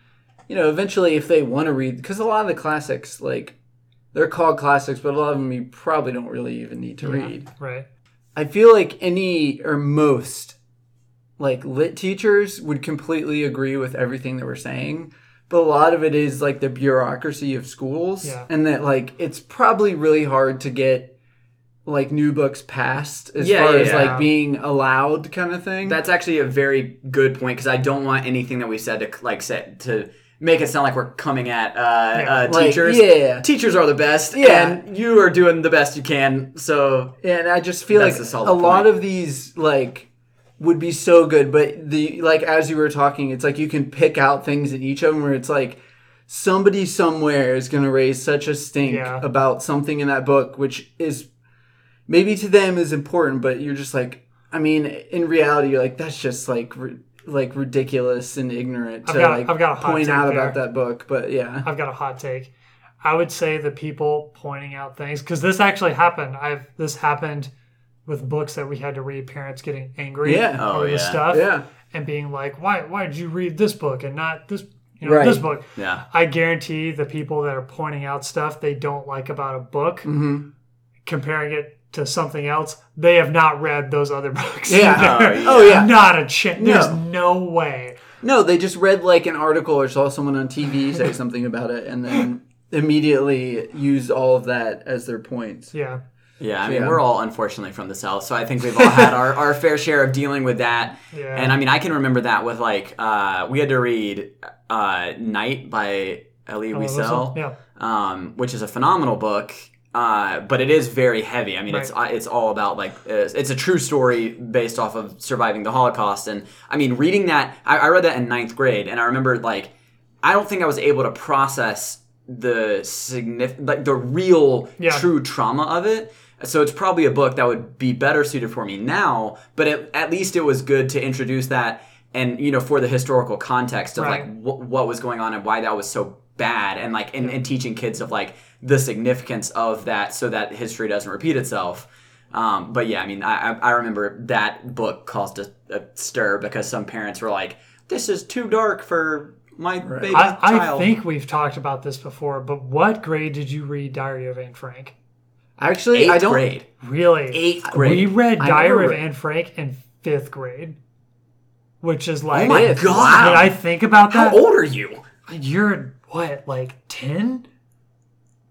[SPEAKER 2] you know eventually if they want to read, because a lot of the classics like they're called classics, but a lot of them you probably don't really even need to read.
[SPEAKER 1] Right.
[SPEAKER 2] I feel like any or most like lit teachers would completely agree with everything that we're saying. But a lot of it is like the bureaucracy of schools
[SPEAKER 1] Yeah.
[SPEAKER 2] and that like it's probably really hard to get like new books passed as
[SPEAKER 3] Yeah,
[SPEAKER 2] far
[SPEAKER 3] yeah,
[SPEAKER 2] as
[SPEAKER 3] yeah.
[SPEAKER 2] like being allowed kind of thing.
[SPEAKER 3] That's actually a very good point because I don't want anything that we said to like set to make it sound like we're coming at uh,
[SPEAKER 1] Yeah.
[SPEAKER 3] uh,
[SPEAKER 2] Like,
[SPEAKER 3] teachers.
[SPEAKER 2] yeah.
[SPEAKER 3] teachers are the best.
[SPEAKER 2] Yeah.
[SPEAKER 3] and you are doing the best you can. So
[SPEAKER 2] and I just feel
[SPEAKER 3] That's
[SPEAKER 2] like
[SPEAKER 3] a
[SPEAKER 2] a,
[SPEAKER 3] solid
[SPEAKER 2] lot
[SPEAKER 3] point.
[SPEAKER 2] of these like would be so good, but the like as you were talking, it's like you can pick out things in each of them where it's like somebody somewhere is going to raise such a stink
[SPEAKER 1] Yeah.
[SPEAKER 2] about something in that book, which is maybe to them is important, but you're just like, I mean, in reality, you're like that's just like. ri- like ridiculous and ignorant to
[SPEAKER 1] got-
[SPEAKER 2] like
[SPEAKER 1] I've got a hot
[SPEAKER 2] point
[SPEAKER 1] take
[SPEAKER 2] out
[SPEAKER 1] there.
[SPEAKER 2] about that book, but yeah,
[SPEAKER 1] I've got a hot take. I would say the people pointing out things because this actually happened. I've this happened with books that we had to read. Parents getting angry
[SPEAKER 2] Yeah.
[SPEAKER 3] Oh,
[SPEAKER 1] over the
[SPEAKER 3] yeah.
[SPEAKER 1] stuff
[SPEAKER 2] yeah,
[SPEAKER 1] and being like, "Why? Why did you read this book and not this? You know,
[SPEAKER 2] Right.
[SPEAKER 1] this book."
[SPEAKER 3] yeah,
[SPEAKER 1] I guarantee the people that are pointing out stuff they don't like about a book,
[SPEAKER 2] Mm-hmm.
[SPEAKER 1] comparing it to something else, they have not read those other books.
[SPEAKER 2] yeah.
[SPEAKER 3] Oh, yeah.
[SPEAKER 2] Oh, yeah.
[SPEAKER 1] Not a chance.
[SPEAKER 2] No.
[SPEAKER 1] There's no way.
[SPEAKER 2] No, they just read like an article or saw someone on TV say something about it and then immediately use all of that as their points.
[SPEAKER 1] Yeah.
[SPEAKER 3] yeah. I mean,
[SPEAKER 2] Yeah.
[SPEAKER 3] we're all unfortunately from the south, so I think we've all had our, our fair share of dealing with that.
[SPEAKER 1] Yeah.
[SPEAKER 3] And I mean, I can remember that with like uh, we had to read uh, "Night" by Elie Wiesel.
[SPEAKER 1] Oh, Yeah.
[SPEAKER 3] um, which is a phenomenal book. Uh, but it is very heavy. I mean, it's uh, it's all about like uh, it's a true story based off of surviving the Holocaust. And I mean, reading that, I, I read that in ninth grade, and I remember like I don't think I was able to process the signif- like the real
[SPEAKER 1] Yeah.
[SPEAKER 3] true trauma of it. So it's probably a book that would be better suited for me now. But it, at least it was good to introduce that and you know for the historical context of
[SPEAKER 1] Right.
[SPEAKER 3] like wh- what was going on and why that was so bad and like and, and teaching kids of like the significance of that so that history doesn't repeat itself um, but yeah i mean I, I I remember that book caused a, a stir because some parents were like this is too dark for my baby
[SPEAKER 1] I, I
[SPEAKER 3] child
[SPEAKER 1] think we've talked about this before, but what grade did you read Diary of Anne Frank?
[SPEAKER 2] Actually,
[SPEAKER 3] eighth
[SPEAKER 2] I don't.
[SPEAKER 3] grade
[SPEAKER 1] Really?
[SPEAKER 3] eighth grade
[SPEAKER 1] We read
[SPEAKER 2] I
[SPEAKER 1] Diary
[SPEAKER 2] never
[SPEAKER 1] of
[SPEAKER 2] read-
[SPEAKER 1] Anne Frank in fifth grade, which is like,
[SPEAKER 3] oh my
[SPEAKER 2] Fifth.
[SPEAKER 3] god
[SPEAKER 1] when I think about
[SPEAKER 3] how
[SPEAKER 1] that,
[SPEAKER 3] old are you
[SPEAKER 1] you're what, like 10?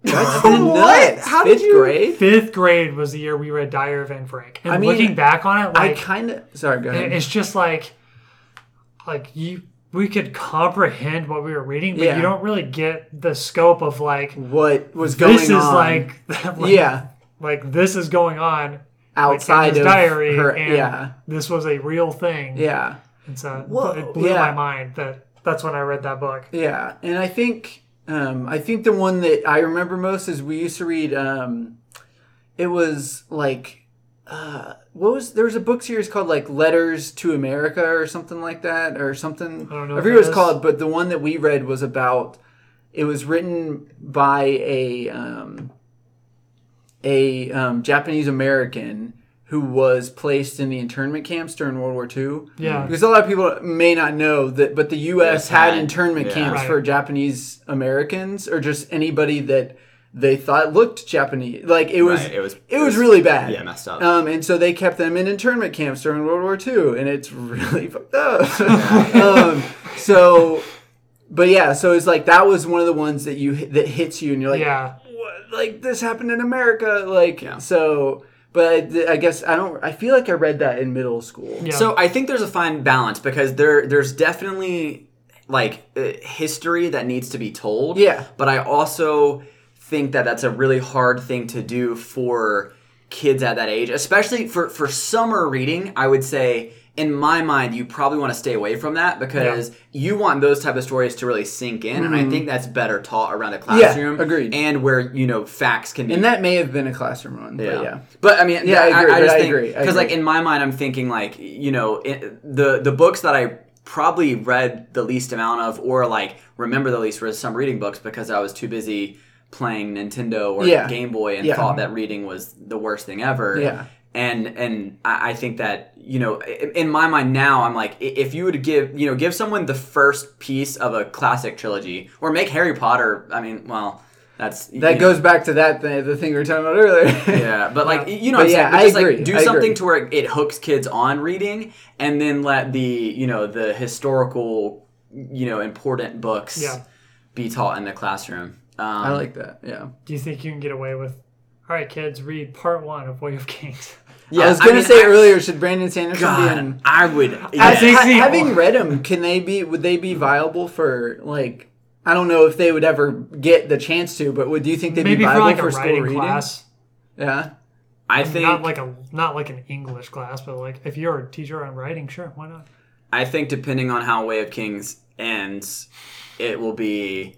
[SPEAKER 2] That's
[SPEAKER 3] What?
[SPEAKER 2] nuts.
[SPEAKER 3] How did
[SPEAKER 2] Fifth
[SPEAKER 3] you-
[SPEAKER 2] grade?
[SPEAKER 1] Fifth grade was the year we read Diary of Anne Frank. And
[SPEAKER 2] I mean,
[SPEAKER 1] looking back on it,
[SPEAKER 2] I
[SPEAKER 1] like,
[SPEAKER 2] kind of. Sorry, go
[SPEAKER 1] it-
[SPEAKER 2] ahead.
[SPEAKER 1] it's just like, like you, we could comprehend what we were reading, but
[SPEAKER 2] Yeah.
[SPEAKER 1] you don't really get the scope of like,
[SPEAKER 2] What was going on?
[SPEAKER 1] this is like, like,
[SPEAKER 2] yeah,
[SPEAKER 1] like this is going on
[SPEAKER 2] outside
[SPEAKER 1] like, in
[SPEAKER 2] of
[SPEAKER 1] this diary,
[SPEAKER 2] her.
[SPEAKER 1] and
[SPEAKER 2] Yeah,
[SPEAKER 1] this was a real thing.
[SPEAKER 2] yeah.
[SPEAKER 1] And so
[SPEAKER 3] Whoa.
[SPEAKER 1] it blew
[SPEAKER 2] Yeah.
[SPEAKER 1] my mind that that's when I read that book.
[SPEAKER 2] Yeah, and I think um, I think the one that I remember most is we used to read. Um, it was like uh, what was there was a book series called like Letters to America or something like that or something.
[SPEAKER 1] I don't know
[SPEAKER 2] I
[SPEAKER 1] if
[SPEAKER 2] forget
[SPEAKER 1] it
[SPEAKER 2] what it's
[SPEAKER 1] is.
[SPEAKER 2] called, but the one that we read was about. It was written by a um, a um, Japanese American who was placed in the internment camps during World War II.
[SPEAKER 1] Yeah.
[SPEAKER 2] Because a lot of people may not know that, but the U.S.
[SPEAKER 3] Yes,
[SPEAKER 2] had
[SPEAKER 3] had-
[SPEAKER 2] internment
[SPEAKER 3] yeah.
[SPEAKER 2] camps
[SPEAKER 1] Right.
[SPEAKER 2] for Japanese Americans or just anybody that they thought looked Japanese. Like it was,
[SPEAKER 3] Right,
[SPEAKER 2] it was, it was really bad.
[SPEAKER 3] yeah messed up
[SPEAKER 2] Um, and so they kept them in internment camps during World War II, and it's really fucked up. um, so, but yeah, so it's like that was one of the ones that you that hits you, and you're like,
[SPEAKER 1] Yeah.
[SPEAKER 2] what, like this happened in America, like
[SPEAKER 3] Yeah.
[SPEAKER 2] so. But I, I guess I don't. I feel like I read that in middle school.
[SPEAKER 1] Yeah.
[SPEAKER 3] So I think there's a fine balance because there there's definitely like uh, history that needs to be told.
[SPEAKER 2] Yeah.
[SPEAKER 3] But I also think that that's a really hard thing to do for kids at that age, especially for for summer reading. I would say in my mind you probably want to stay away from that because you want those type of stories to really sink in and I think that's better taught around a classroom
[SPEAKER 2] agreed.
[SPEAKER 3] and where you know facts can be
[SPEAKER 2] And that may have been a classroom one.
[SPEAKER 3] yeah.
[SPEAKER 2] But yeah.
[SPEAKER 3] But I mean, yeah,
[SPEAKER 2] Yeah, I agree,
[SPEAKER 3] I, I
[SPEAKER 2] but
[SPEAKER 3] just
[SPEAKER 2] I
[SPEAKER 3] think
[SPEAKER 2] agree, I
[SPEAKER 3] because like
[SPEAKER 2] agree.
[SPEAKER 3] in my mind, I'm thinking like you know it, the the books that I probably read the least amount of or like remember the least were some reading books because I was too busy playing Nintendo or
[SPEAKER 2] Yeah.
[SPEAKER 3] Game Boy and
[SPEAKER 2] Yeah.
[SPEAKER 3] thought that reading was the worst thing ever.
[SPEAKER 2] Yeah.
[SPEAKER 3] And and I I think that you know i- in my mind now I'm like i- if you would give you know give someone the first piece of a classic trilogy or make Harry Potter I mean well that's
[SPEAKER 2] That
[SPEAKER 3] you know,
[SPEAKER 2] goes back to that thing, the thing we were talking about earlier.
[SPEAKER 3] yeah, but like
[SPEAKER 1] Yeah.
[SPEAKER 3] you know,
[SPEAKER 2] But
[SPEAKER 3] what I'm
[SPEAKER 2] yeah,
[SPEAKER 3] saying? But
[SPEAKER 2] I
[SPEAKER 3] just,
[SPEAKER 2] agree,
[SPEAKER 3] Like, do
[SPEAKER 2] I
[SPEAKER 3] something
[SPEAKER 2] agree.
[SPEAKER 3] to where it hooks kids on reading, and then let the you know the historical you know important books
[SPEAKER 1] Yeah.
[SPEAKER 3] be taught in the classroom. Um,
[SPEAKER 2] I like that. Yeah.
[SPEAKER 1] Do you think you can get away with? All right, kids, read part one of Way of Kings.
[SPEAKER 3] Yeah,
[SPEAKER 2] I was
[SPEAKER 3] I
[SPEAKER 2] gonna
[SPEAKER 3] mean,
[SPEAKER 2] say
[SPEAKER 3] I-
[SPEAKER 2] earlier, should Brandon Sanderson be
[SPEAKER 3] God,
[SPEAKER 2] in?
[SPEAKER 3] I would.
[SPEAKER 1] I
[SPEAKER 3] yeah.
[SPEAKER 1] think-
[SPEAKER 2] Ha-
[SPEAKER 1] Dixie.
[SPEAKER 2] having read them, can they be? Would they be viable for like? I don't know if they would ever get the chance to, but would do you think they'd
[SPEAKER 1] Maybe
[SPEAKER 2] be
[SPEAKER 1] for
[SPEAKER 2] viable
[SPEAKER 1] like
[SPEAKER 2] for,
[SPEAKER 1] a
[SPEAKER 2] school
[SPEAKER 1] writing
[SPEAKER 2] reading?
[SPEAKER 1] class,
[SPEAKER 2] Yeah.
[SPEAKER 3] I think
[SPEAKER 1] not like a not like an English class, but like if you're a teacher on writing, sure, why not?
[SPEAKER 3] I think depending on how Way of Kings ends, it will be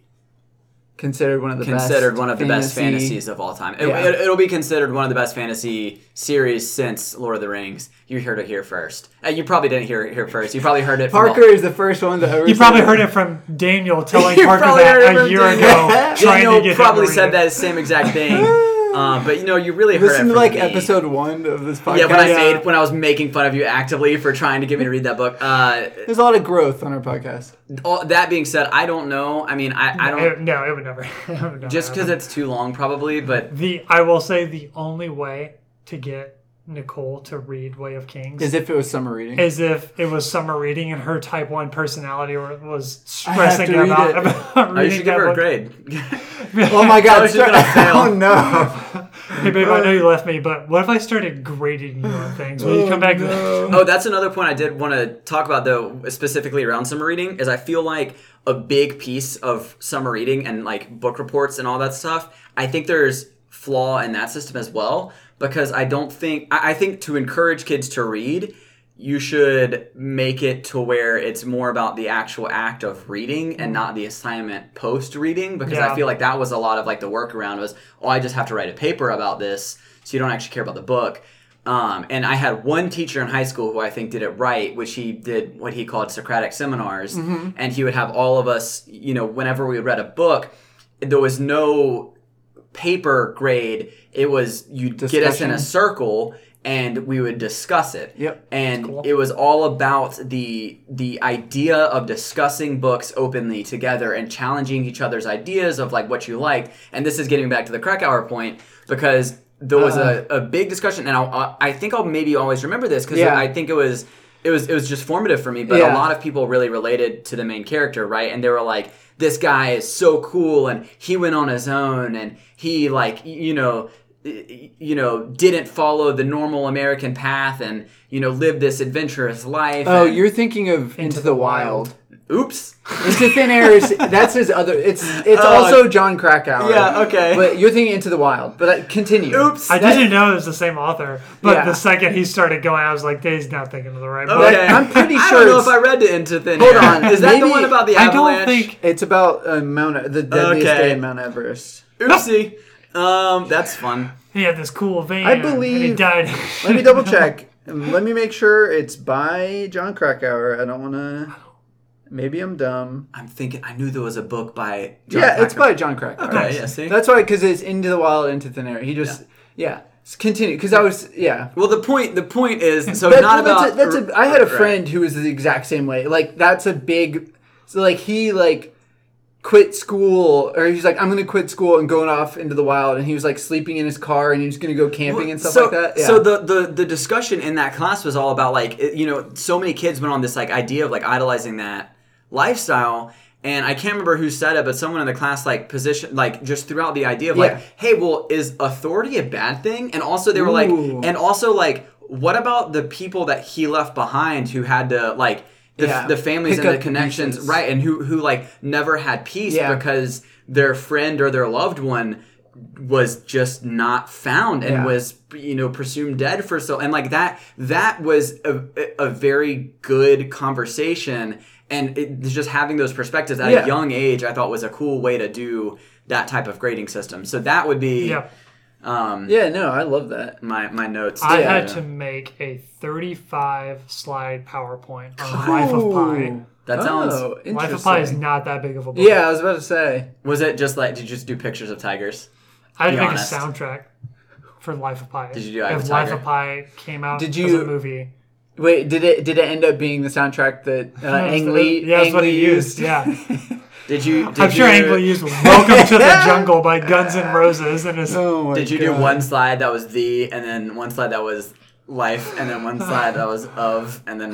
[SPEAKER 2] Considered one of the
[SPEAKER 3] considered
[SPEAKER 2] best
[SPEAKER 3] one of the best fantasies of all time. It,
[SPEAKER 2] Yeah.
[SPEAKER 3] it, will be considered one of the best fantasy series since Lord of the Rings. You heard it here first. Uh, you probably didn't hear it here first. You probably heard it. from
[SPEAKER 2] Parker is the first one that ever
[SPEAKER 1] You probably
[SPEAKER 2] said
[SPEAKER 1] heard it from Daniel telling
[SPEAKER 2] You
[SPEAKER 1] Parker
[SPEAKER 2] probably heard it
[SPEAKER 1] that a
[SPEAKER 2] from
[SPEAKER 1] year
[SPEAKER 2] Dan-
[SPEAKER 1] ago,
[SPEAKER 2] Yeah.
[SPEAKER 1] trying
[SPEAKER 3] Daniel
[SPEAKER 1] to get
[SPEAKER 3] probably
[SPEAKER 1] him to read
[SPEAKER 3] said
[SPEAKER 1] it.
[SPEAKER 3] that same exact thing. uh, but you know, you really heard
[SPEAKER 2] Listen
[SPEAKER 3] it
[SPEAKER 2] to
[SPEAKER 3] from
[SPEAKER 2] like
[SPEAKER 3] me.
[SPEAKER 2] episode one of this podcast.
[SPEAKER 3] Yeah, when I
[SPEAKER 1] Yeah.
[SPEAKER 3] made when I was making fun of you actively for trying to get me to read that book. Uh,
[SPEAKER 2] There's a lot of growth on our podcast.
[SPEAKER 3] all, that being said, I don't know. I mean, I, I
[SPEAKER 1] It-
[SPEAKER 3] don't
[SPEAKER 1] no, it would never. it would never
[SPEAKER 3] just because
[SPEAKER 1] happen.
[SPEAKER 3] it's too long, probably. But
[SPEAKER 1] the I will say the only way to get Nicole to read Way of Kings
[SPEAKER 2] As if it was summer reading.
[SPEAKER 1] as if it was summer reading and her type one personality were- was
[SPEAKER 2] I have
[SPEAKER 1] stressing
[SPEAKER 2] to read
[SPEAKER 1] about,
[SPEAKER 2] it.
[SPEAKER 1] about
[SPEAKER 3] I
[SPEAKER 1] reading
[SPEAKER 3] should give
[SPEAKER 1] that
[SPEAKER 3] her a
[SPEAKER 1] book.
[SPEAKER 3] grade.
[SPEAKER 2] Oh my god!
[SPEAKER 3] she's gonna fail.
[SPEAKER 2] Oh no!
[SPEAKER 1] Hey babe, I know you left me, but what if I started grading you on things? Will you come back?
[SPEAKER 3] Oh, that's another point I did want to talk about, though, specifically around summer reading, is I feel like a big piece of summer reading and like book reports and all that stuff. I think there's flaw in that system as well because I don't think I, I think to encourage kids to read, you should make it to where it's more about the actual act of reading and not the assignment post reading because I
[SPEAKER 1] Yeah.
[SPEAKER 3] feel like that was a lot of like the workaround was oh I just have to write a paper about this so you don't actually care about the book Um, and I had one teacher in high school who I think did it right, which he did what he called Socratic seminars. And he would have all of us, you know, whenever we read a book, there was no paper grade. It was you'd get us in a
[SPEAKER 2] Discussion.
[SPEAKER 3] circle and we would discuss it.
[SPEAKER 2] Yep.
[SPEAKER 3] And it was all about the the idea of discussing books openly together and challenging each other's ideas of like what you liked. And this is getting back to the Krakauer point because there was
[SPEAKER 2] Uh-huh.
[SPEAKER 3] a, a big discussion, and I'll, I think I'll maybe always remember this because
[SPEAKER 2] Yeah.
[SPEAKER 3] I think it was it was it was just formative for me. But a
[SPEAKER 2] Yeah.
[SPEAKER 3] lot of people really related to the main character, right? And they were like, "This guy is so cool, and he went on his own, and he like y- you know." y- you know didn't follow the normal american path and you know lived this adventurous life
[SPEAKER 2] Oh,
[SPEAKER 3] and-
[SPEAKER 2] you're thinking of Into,
[SPEAKER 1] the
[SPEAKER 2] the, Wild.
[SPEAKER 1] Wild.
[SPEAKER 3] oops
[SPEAKER 2] Into Thin Air is that's his other. It's it's
[SPEAKER 3] Oh.
[SPEAKER 2] also John Krakauer.
[SPEAKER 3] Yeah, okay.
[SPEAKER 2] But you're thinking Into the Wild. But uh, continue.
[SPEAKER 3] oops
[SPEAKER 1] I didn't know it was the same author, but
[SPEAKER 2] Yeah.
[SPEAKER 1] the second he started going, I was like, "He's not thinking of the right book."
[SPEAKER 3] okay
[SPEAKER 2] I'm pretty
[SPEAKER 3] I
[SPEAKER 2] sure
[SPEAKER 3] don't know
[SPEAKER 2] it's-
[SPEAKER 3] if i read the into thin
[SPEAKER 2] Hold
[SPEAKER 3] Air.
[SPEAKER 2] on,
[SPEAKER 3] is that the
[SPEAKER 2] maybe-
[SPEAKER 3] one about the
[SPEAKER 1] I don't
[SPEAKER 3] avalanche
[SPEAKER 1] think
[SPEAKER 2] It's about uh, Mount the deadliest
[SPEAKER 3] Okay.
[SPEAKER 2] day in Mount Everest.
[SPEAKER 3] Oopsie. Um, that's fun.
[SPEAKER 1] he had this cool van.
[SPEAKER 2] I
[SPEAKER 1] and he
[SPEAKER 2] believe-
[SPEAKER 1] died.
[SPEAKER 2] Let me double check. Let me make sure it's by John Krakauer. I don't want to. Maybe I'm dumb.
[SPEAKER 3] I'm thinking. I knew there was a book by.
[SPEAKER 2] yeah, it's
[SPEAKER 3] Krakauer.
[SPEAKER 2] by John Krakauer.
[SPEAKER 3] Okay, yeah, see?
[SPEAKER 2] That's why, because it's Into the Wild, Into Thin Air. He just, yeah. S- Continue, because I was, yeah.
[SPEAKER 3] Well, the point. The point is. So
[SPEAKER 2] That-
[SPEAKER 3] not
[SPEAKER 2] that's
[SPEAKER 3] about.
[SPEAKER 2] A, that's a, I had a
[SPEAKER 3] right.
[SPEAKER 2] friend who was the exact same way. Like that's a big. So like he like quit school, or he's like, I'm gonna quit school and going off into the wild, and he was like sleeping in his car, and he was gonna go camping and stuff
[SPEAKER 3] so,
[SPEAKER 2] like that. Yeah.
[SPEAKER 3] So the, the the discussion in that class was all about like it- you know so many kids went on this like idea of like idolizing that lifestyle. And I can't remember who said it, but someone in the class like position like just threw out the idea of
[SPEAKER 2] Yeah.
[SPEAKER 3] like, hey, well, is authority a bad thing? And also they were like,
[SPEAKER 2] Ooh.
[SPEAKER 3] and also like, what about the people that he left behind who had to like the,
[SPEAKER 2] Yeah.
[SPEAKER 3] the families
[SPEAKER 2] Pick
[SPEAKER 3] and the
[SPEAKER 2] up
[SPEAKER 3] connections,
[SPEAKER 2] pieces.
[SPEAKER 3] right? And who who like never had peace
[SPEAKER 2] Yeah.
[SPEAKER 3] because their friend or their loved one was just not found and
[SPEAKER 2] Yeah.
[SPEAKER 3] was you know presumed dead for so and like that that was a, a very good conversation and it, just having those perspectives at
[SPEAKER 2] Yeah.
[SPEAKER 3] a young age i thought was a cool way to do that type of grading system so that would be
[SPEAKER 1] yeah.
[SPEAKER 3] um
[SPEAKER 2] yeah, no, I love that.
[SPEAKER 3] my my notes
[SPEAKER 1] I
[SPEAKER 3] Yeah.
[SPEAKER 1] had to make a 35 slide PowerPoint on Life of Pi.
[SPEAKER 3] that sounds
[SPEAKER 2] Oh, interesting.
[SPEAKER 1] Life of Pi is not that big of a book.
[SPEAKER 2] yeah, I was about to say.
[SPEAKER 3] was it just like did you just do pictures of tigers
[SPEAKER 1] I had
[SPEAKER 3] be
[SPEAKER 1] to make
[SPEAKER 3] honest.
[SPEAKER 1] a soundtrack for Life of Pi. Did
[SPEAKER 3] you do Eye of
[SPEAKER 1] If
[SPEAKER 3] a
[SPEAKER 1] Life
[SPEAKER 3] Tiger?
[SPEAKER 1] of Pi came out
[SPEAKER 2] Did
[SPEAKER 1] as
[SPEAKER 2] you-
[SPEAKER 1] a movie,
[SPEAKER 2] Wait, did it did it end up being the soundtrack that uh, Ang Lee?
[SPEAKER 1] yeah, that's
[SPEAKER 2] Ang
[SPEAKER 1] what
[SPEAKER 2] Lee
[SPEAKER 1] he used. Yeah,
[SPEAKER 3] did you did
[SPEAKER 1] I'm sure
[SPEAKER 3] you,
[SPEAKER 1] Ang Lee used "Welcome to the Jungle" by Guns N' Roses, and his
[SPEAKER 2] Oh my
[SPEAKER 3] did you do
[SPEAKER 2] God.
[SPEAKER 3] one slide that was the and then one slide that was life and then one slide that was of and then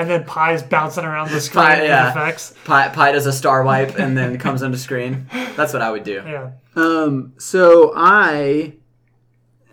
[SPEAKER 1] and then Pi's bouncing around the screen
[SPEAKER 3] Pi,
[SPEAKER 1] with
[SPEAKER 3] yeah.
[SPEAKER 1] effects.
[SPEAKER 3] Pi, Pi does a star wipe and then comes onto screen. That's what I would do.
[SPEAKER 1] Yeah,
[SPEAKER 2] Um, so I,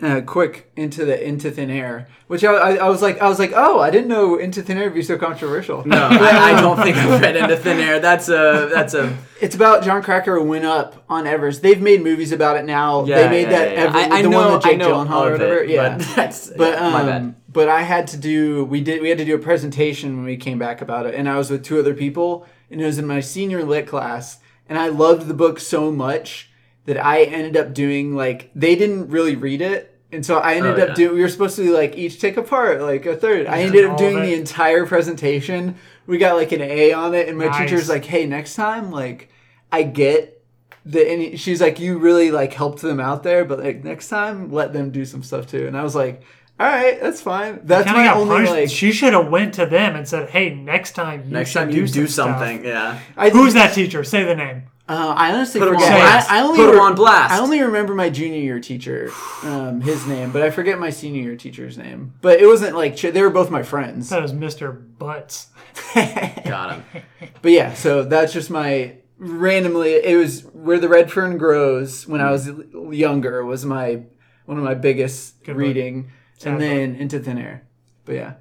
[SPEAKER 2] uh, quick into the into thin air, which I, I, I was like, I was like, oh, I didn't know into thin air would be so controversial.
[SPEAKER 3] No, I, I don't think I've read into thin air. That's a that's a
[SPEAKER 2] It's about John Cracker went up on Everest. They've made movies about it now.
[SPEAKER 3] yeah.
[SPEAKER 2] they made
[SPEAKER 3] yeah,
[SPEAKER 2] that
[SPEAKER 3] yeah, yeah.
[SPEAKER 2] Everest,
[SPEAKER 3] I, I
[SPEAKER 2] the
[SPEAKER 3] know,
[SPEAKER 2] one with Jake
[SPEAKER 3] I know
[SPEAKER 2] Gyllenhaal
[SPEAKER 3] of
[SPEAKER 2] or whatever.
[SPEAKER 3] It,
[SPEAKER 2] yeah,
[SPEAKER 3] but that's
[SPEAKER 2] but
[SPEAKER 3] yeah,
[SPEAKER 2] um,
[SPEAKER 3] my bad.
[SPEAKER 2] but I had to do we did we had to do a presentation when we came back about it, and I was with two other people, and it was in my senior lit class, and I loved the book so much that I ended up doing like they didn't really read it. And so I ended
[SPEAKER 3] Oh, yeah.
[SPEAKER 2] up doing. We were supposed to like each take apart like a third. I ended up
[SPEAKER 1] all
[SPEAKER 2] doing
[SPEAKER 1] of it.
[SPEAKER 2] the entire presentation. We got like an A on it, and my
[SPEAKER 1] Nice.
[SPEAKER 2] teacher's like, "Hey, next time, like, I get the and she's like you really like helped them out there but like next time let them do some stuff too and i was like all right that's fine that's
[SPEAKER 1] kind of
[SPEAKER 2] my
[SPEAKER 1] got
[SPEAKER 2] only
[SPEAKER 1] punished.
[SPEAKER 2] like
[SPEAKER 1] she should have went to them and said, "Hey, next time you
[SPEAKER 3] Next
[SPEAKER 1] should
[SPEAKER 3] time
[SPEAKER 1] do,
[SPEAKER 3] you do
[SPEAKER 1] some stuff."
[SPEAKER 3] something, yeah.
[SPEAKER 2] I,
[SPEAKER 1] Who's that teacher? Say the name.
[SPEAKER 2] uh, i honestly
[SPEAKER 3] Put 'em on
[SPEAKER 2] forget
[SPEAKER 1] blast.
[SPEAKER 2] I, I only
[SPEAKER 3] Put 'em
[SPEAKER 2] re-
[SPEAKER 3] on blast.
[SPEAKER 2] i only remember my junior year teacher um his name but i forget my senior year teacher's name but it wasn't like ch- they were both my friends
[SPEAKER 1] That was Mr. Butts.
[SPEAKER 3] Got him.
[SPEAKER 2] But yeah, so that's just my randomly. It was where the red fern grows when I was l- younger was my one of my biggest
[SPEAKER 1] Mm. Good
[SPEAKER 2] reading, and
[SPEAKER 1] Sad
[SPEAKER 2] then into thin air. But yeah,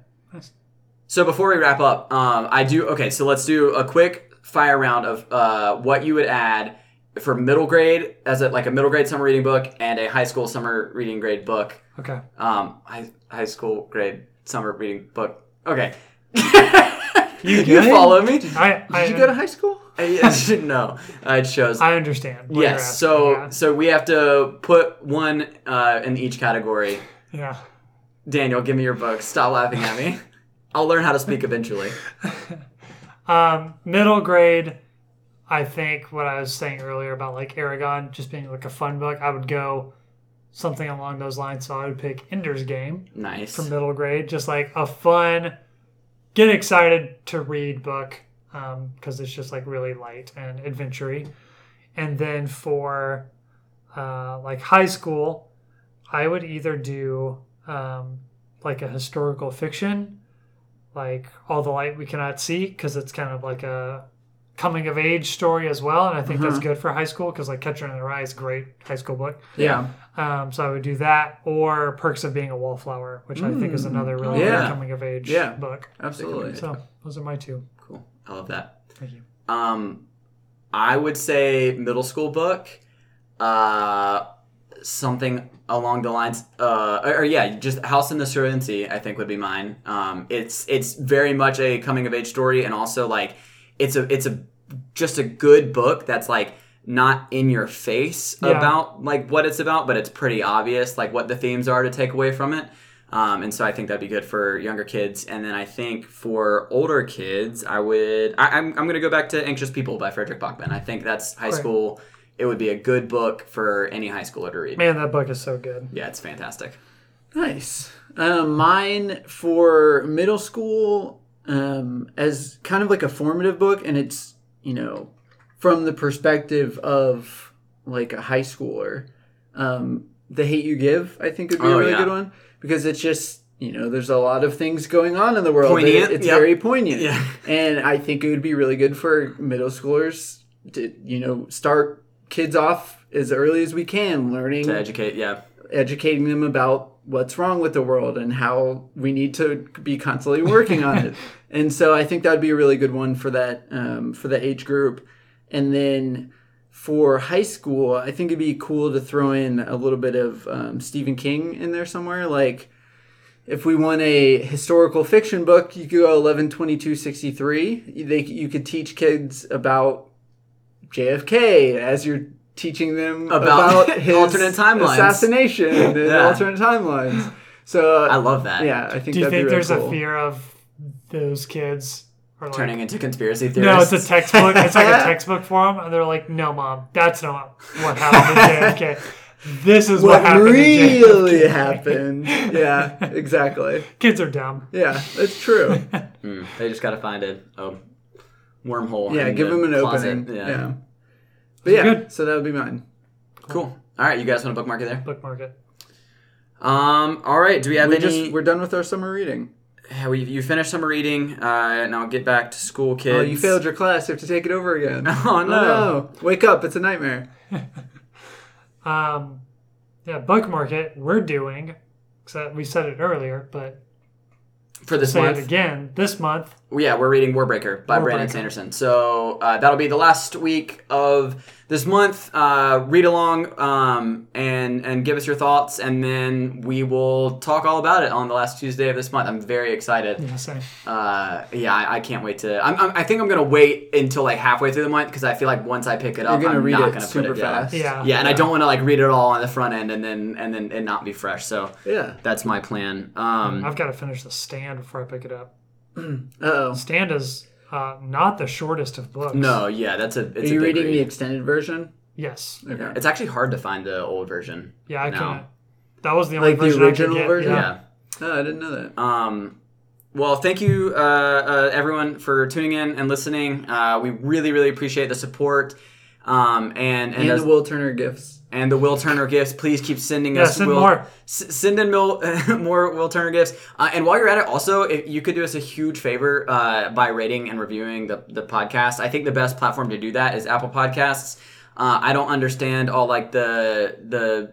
[SPEAKER 3] So before we wrap up, um, I do okay. So let's do a quick fire round of uh, what you would add for middle grade as a, like a middle grade summer reading book and a high school summer reading grade book.
[SPEAKER 1] Okay.
[SPEAKER 3] Um, high, high school grade summer reading book. Okay.
[SPEAKER 1] You
[SPEAKER 3] You
[SPEAKER 1] good?
[SPEAKER 3] follow me?
[SPEAKER 1] I I,
[SPEAKER 2] did you go to high school?
[SPEAKER 3] I, no, I chose.
[SPEAKER 1] I understand. what you're
[SPEAKER 3] yes.
[SPEAKER 1] asking,
[SPEAKER 3] So
[SPEAKER 1] yeah.
[SPEAKER 3] so we have to put one uh, in each category.
[SPEAKER 1] yeah.
[SPEAKER 3] Daniel, give me your book. Stop laughing at me. I'll learn how to speak eventually.
[SPEAKER 1] Um, middle grade, I think what I was saying earlier about like Aragon just being like a fun book, I would go something along those lines. So I would pick Ender's Game
[SPEAKER 3] Nice.
[SPEAKER 1] from middle grade, just like a fun, get excited to read book because it's just like really light and adventure And then for uh, like high school, I would either do um, like a historical fiction, like All the Light We Cannot See, because it's kind of like a coming of age story as well. And I think that's good for high school because like Catcher in the Rye is a great high school book.
[SPEAKER 2] Yeah.
[SPEAKER 1] Um, so I would do that or Perks of Being a Wallflower, which I think is another really
[SPEAKER 2] Yeah.
[SPEAKER 1] good coming of age
[SPEAKER 2] Yeah.
[SPEAKER 1] book.
[SPEAKER 2] Absolutely.
[SPEAKER 1] So those are my two.
[SPEAKER 3] Cool. I love that.
[SPEAKER 1] Thank you.
[SPEAKER 3] Um, I would say middle school book, uh, something along the lines, uh, or, or yeah, just House in the Serenity. I think would be mine. Um, it's it's very much a coming of age story, and also like it's a it's a just a good book that's like not in your face
[SPEAKER 1] Yeah.
[SPEAKER 3] about like what it's about, but it's pretty obvious like what the themes are to take away from it. Um, and so I think that'd be good for younger kids. And then I think for older kids, I would I, I'm I'm gonna go back to Anxious People by Frederick Bachman. I think that's high
[SPEAKER 1] Great.
[SPEAKER 3] school. It would be a good book for any high schooler to read.
[SPEAKER 1] Man, that book is so good.
[SPEAKER 3] Yeah, it's fantastic.
[SPEAKER 2] Nice. Um, mine for middle school um, as kind of like a formative book, and it's you know from the perspective of like a high schooler. Um, the Hate You Give, I think, would be a
[SPEAKER 3] Oh,
[SPEAKER 2] really
[SPEAKER 3] yeah.
[SPEAKER 2] good one because it's just you know there's a lot of things going on in the world. and
[SPEAKER 3] Poignant,
[SPEAKER 2] It's
[SPEAKER 3] yep.
[SPEAKER 2] very poignant,
[SPEAKER 3] Yeah.
[SPEAKER 2] and I think it would be really good for middle schoolers to you know start kids off as early as we can learning
[SPEAKER 3] To educate, yeah.
[SPEAKER 2] educating them about what's wrong with the world and how we need to be constantly working on it. And so I think that would be a really good one for that um, for the age group. And then for high school, I think it'd be cool to throw in a little bit of um, Stephen King in there somewhere. Like if we want a historical fiction book, you could go eleven twenty two sixty three. They you could teach kids about JFK as you're teaching them
[SPEAKER 3] About
[SPEAKER 2] about, his
[SPEAKER 3] alternate timelines.
[SPEAKER 2] assassination and
[SPEAKER 3] Yeah.
[SPEAKER 2] alternate timelines. So
[SPEAKER 3] I love that.
[SPEAKER 2] yeah, I think
[SPEAKER 1] Do you
[SPEAKER 2] that'd
[SPEAKER 1] think
[SPEAKER 2] be
[SPEAKER 1] there's
[SPEAKER 2] really
[SPEAKER 1] a
[SPEAKER 2] cool.
[SPEAKER 1] fear of those kids are like,
[SPEAKER 3] Turning into conspiracy
[SPEAKER 1] no,
[SPEAKER 3] theorists.
[SPEAKER 1] it's a textbook. It's like a textbook for them, and they're like, "No, mom, that's not what happened to JFK. This is what,
[SPEAKER 2] What
[SPEAKER 1] happened to
[SPEAKER 2] really
[SPEAKER 1] JFK."
[SPEAKER 2] happened? Yeah, exactly.
[SPEAKER 1] Kids are dumb.
[SPEAKER 2] Yeah, that's true.
[SPEAKER 3] Mm, they just gotta find a, a wormhole.
[SPEAKER 2] Yeah,
[SPEAKER 3] in
[SPEAKER 2] give
[SPEAKER 3] the
[SPEAKER 2] them an
[SPEAKER 3] closet.
[SPEAKER 2] opening. Yeah.
[SPEAKER 3] yeah.
[SPEAKER 2] But yeah,
[SPEAKER 1] Good.
[SPEAKER 2] so that would be mine.
[SPEAKER 3] Cool. All right, you guys want to bookmark it there?
[SPEAKER 1] Bookmark it.
[SPEAKER 3] Um. All right. Do we have
[SPEAKER 2] We
[SPEAKER 3] any?
[SPEAKER 2] just we're done with our summer reading.
[SPEAKER 3] Yeah, we, you finished summer reading, uh, and I'll get back to school, kids.
[SPEAKER 2] Oh, you failed your class. You have to take it over again.
[SPEAKER 3] Oh, no.
[SPEAKER 2] Wake up! It's a nightmare.
[SPEAKER 1] Um, yeah, bookmark it. We're doing. Except we said it earlier, but
[SPEAKER 3] for this
[SPEAKER 1] say
[SPEAKER 3] month.
[SPEAKER 1] it again this month.
[SPEAKER 3] Yeah, we're reading Warbreaker by Brandon
[SPEAKER 1] Warbreaker.
[SPEAKER 3] Sanderson. So uh, that'll be the last week of this month. Uh, read along um, and and give us your thoughts, and then we will talk all about it on the last Tuesday of this month. I'm very excited.
[SPEAKER 2] Hmm.
[SPEAKER 1] Yeah, same.
[SPEAKER 3] Uh, yeah, I, I can't wait to. I'm, I'm, I think I'm gonna wait until like halfway through the month because I feel like once I pick it up,
[SPEAKER 2] You're gonna
[SPEAKER 3] I'm
[SPEAKER 2] read
[SPEAKER 3] not
[SPEAKER 2] it
[SPEAKER 3] gonna
[SPEAKER 2] super
[SPEAKER 3] put it down.
[SPEAKER 2] fast.
[SPEAKER 1] Yeah.
[SPEAKER 3] Yeah, and I don't want to like read it all on the front end and then and then it not be fresh. So
[SPEAKER 2] Yeah.
[SPEAKER 3] that's my plan. Um,
[SPEAKER 1] I've got to finish the stand before I pick it up.
[SPEAKER 2] Uh oh.
[SPEAKER 1] Stand is uh, not the shortest of books.
[SPEAKER 3] no, yeah, that's a.
[SPEAKER 2] Are
[SPEAKER 3] It's a
[SPEAKER 2] you
[SPEAKER 3] big
[SPEAKER 2] reading the
[SPEAKER 3] read.
[SPEAKER 2] extended version?
[SPEAKER 1] Yes.
[SPEAKER 2] Okay.
[SPEAKER 3] It's actually hard to find the old version.
[SPEAKER 1] Yeah, I
[SPEAKER 3] No.
[SPEAKER 1] can't. That was the only
[SPEAKER 2] Like the
[SPEAKER 1] version
[SPEAKER 2] original
[SPEAKER 1] I could get.
[SPEAKER 2] version?
[SPEAKER 1] Yeah.
[SPEAKER 3] Yeah.
[SPEAKER 2] Oh, I didn't know that.
[SPEAKER 3] Um, well, thank you, uh, uh, everyone, for tuning in and listening. Uh, we really, really appreciate the support. Um, and and
[SPEAKER 2] And
[SPEAKER 3] as-
[SPEAKER 2] the Will Turner gifts.
[SPEAKER 3] and the Will Turner gifts. Please keep sending
[SPEAKER 1] Yeah,
[SPEAKER 3] us
[SPEAKER 1] send
[SPEAKER 3] Will,
[SPEAKER 1] more.
[SPEAKER 3] S- send in Mil, more Will Turner gifts. Uh, and while you're at it, also if you could do us a huge favor uh, by rating and reviewing the the podcast. I think the best platform to do that is Apple Podcasts. Uh, I don't understand all like the the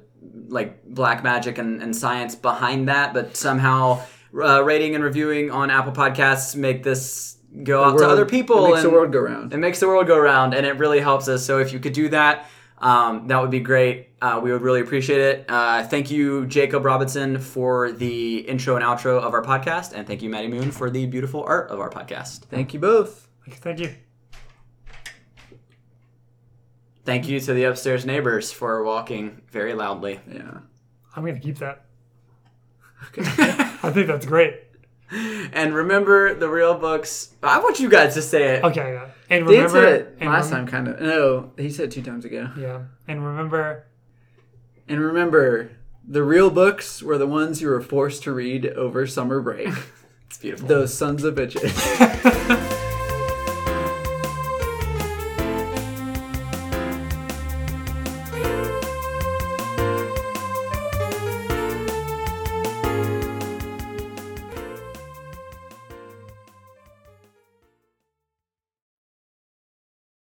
[SPEAKER 3] like black magic and, and science behind that, but somehow uh, rating and reviewing on Apple Podcasts make this go out to
[SPEAKER 2] World-
[SPEAKER 3] other people.
[SPEAKER 2] It makes the
[SPEAKER 3] and-
[SPEAKER 2] world go round.
[SPEAKER 3] it makes the world go round, and it really helps us. So if you could do that, um, that would be great. Uh, we would really appreciate it. Uh, thank you, Jacob Robinson, for the intro and outro of our podcast, and thank you, Maddie Moon, for the beautiful art of our podcast.
[SPEAKER 2] Thank you both.
[SPEAKER 1] Thank you.
[SPEAKER 3] Thank you to the upstairs neighbors for walking very loudly.
[SPEAKER 2] Yeah.
[SPEAKER 1] I'm going to keep that. I think that's great.
[SPEAKER 3] And remember the real books. I want you guys to say it.
[SPEAKER 1] Okay, yeah. and
[SPEAKER 2] Dan
[SPEAKER 1] remember
[SPEAKER 2] said it
[SPEAKER 1] and
[SPEAKER 2] last
[SPEAKER 1] rem-
[SPEAKER 2] time, kind of. No, he said it two times ago.
[SPEAKER 1] Yeah, and remember
[SPEAKER 2] And remember, the real books were the ones you were forced to read over summer break.
[SPEAKER 3] It's beautiful.
[SPEAKER 2] Those sons of bitches.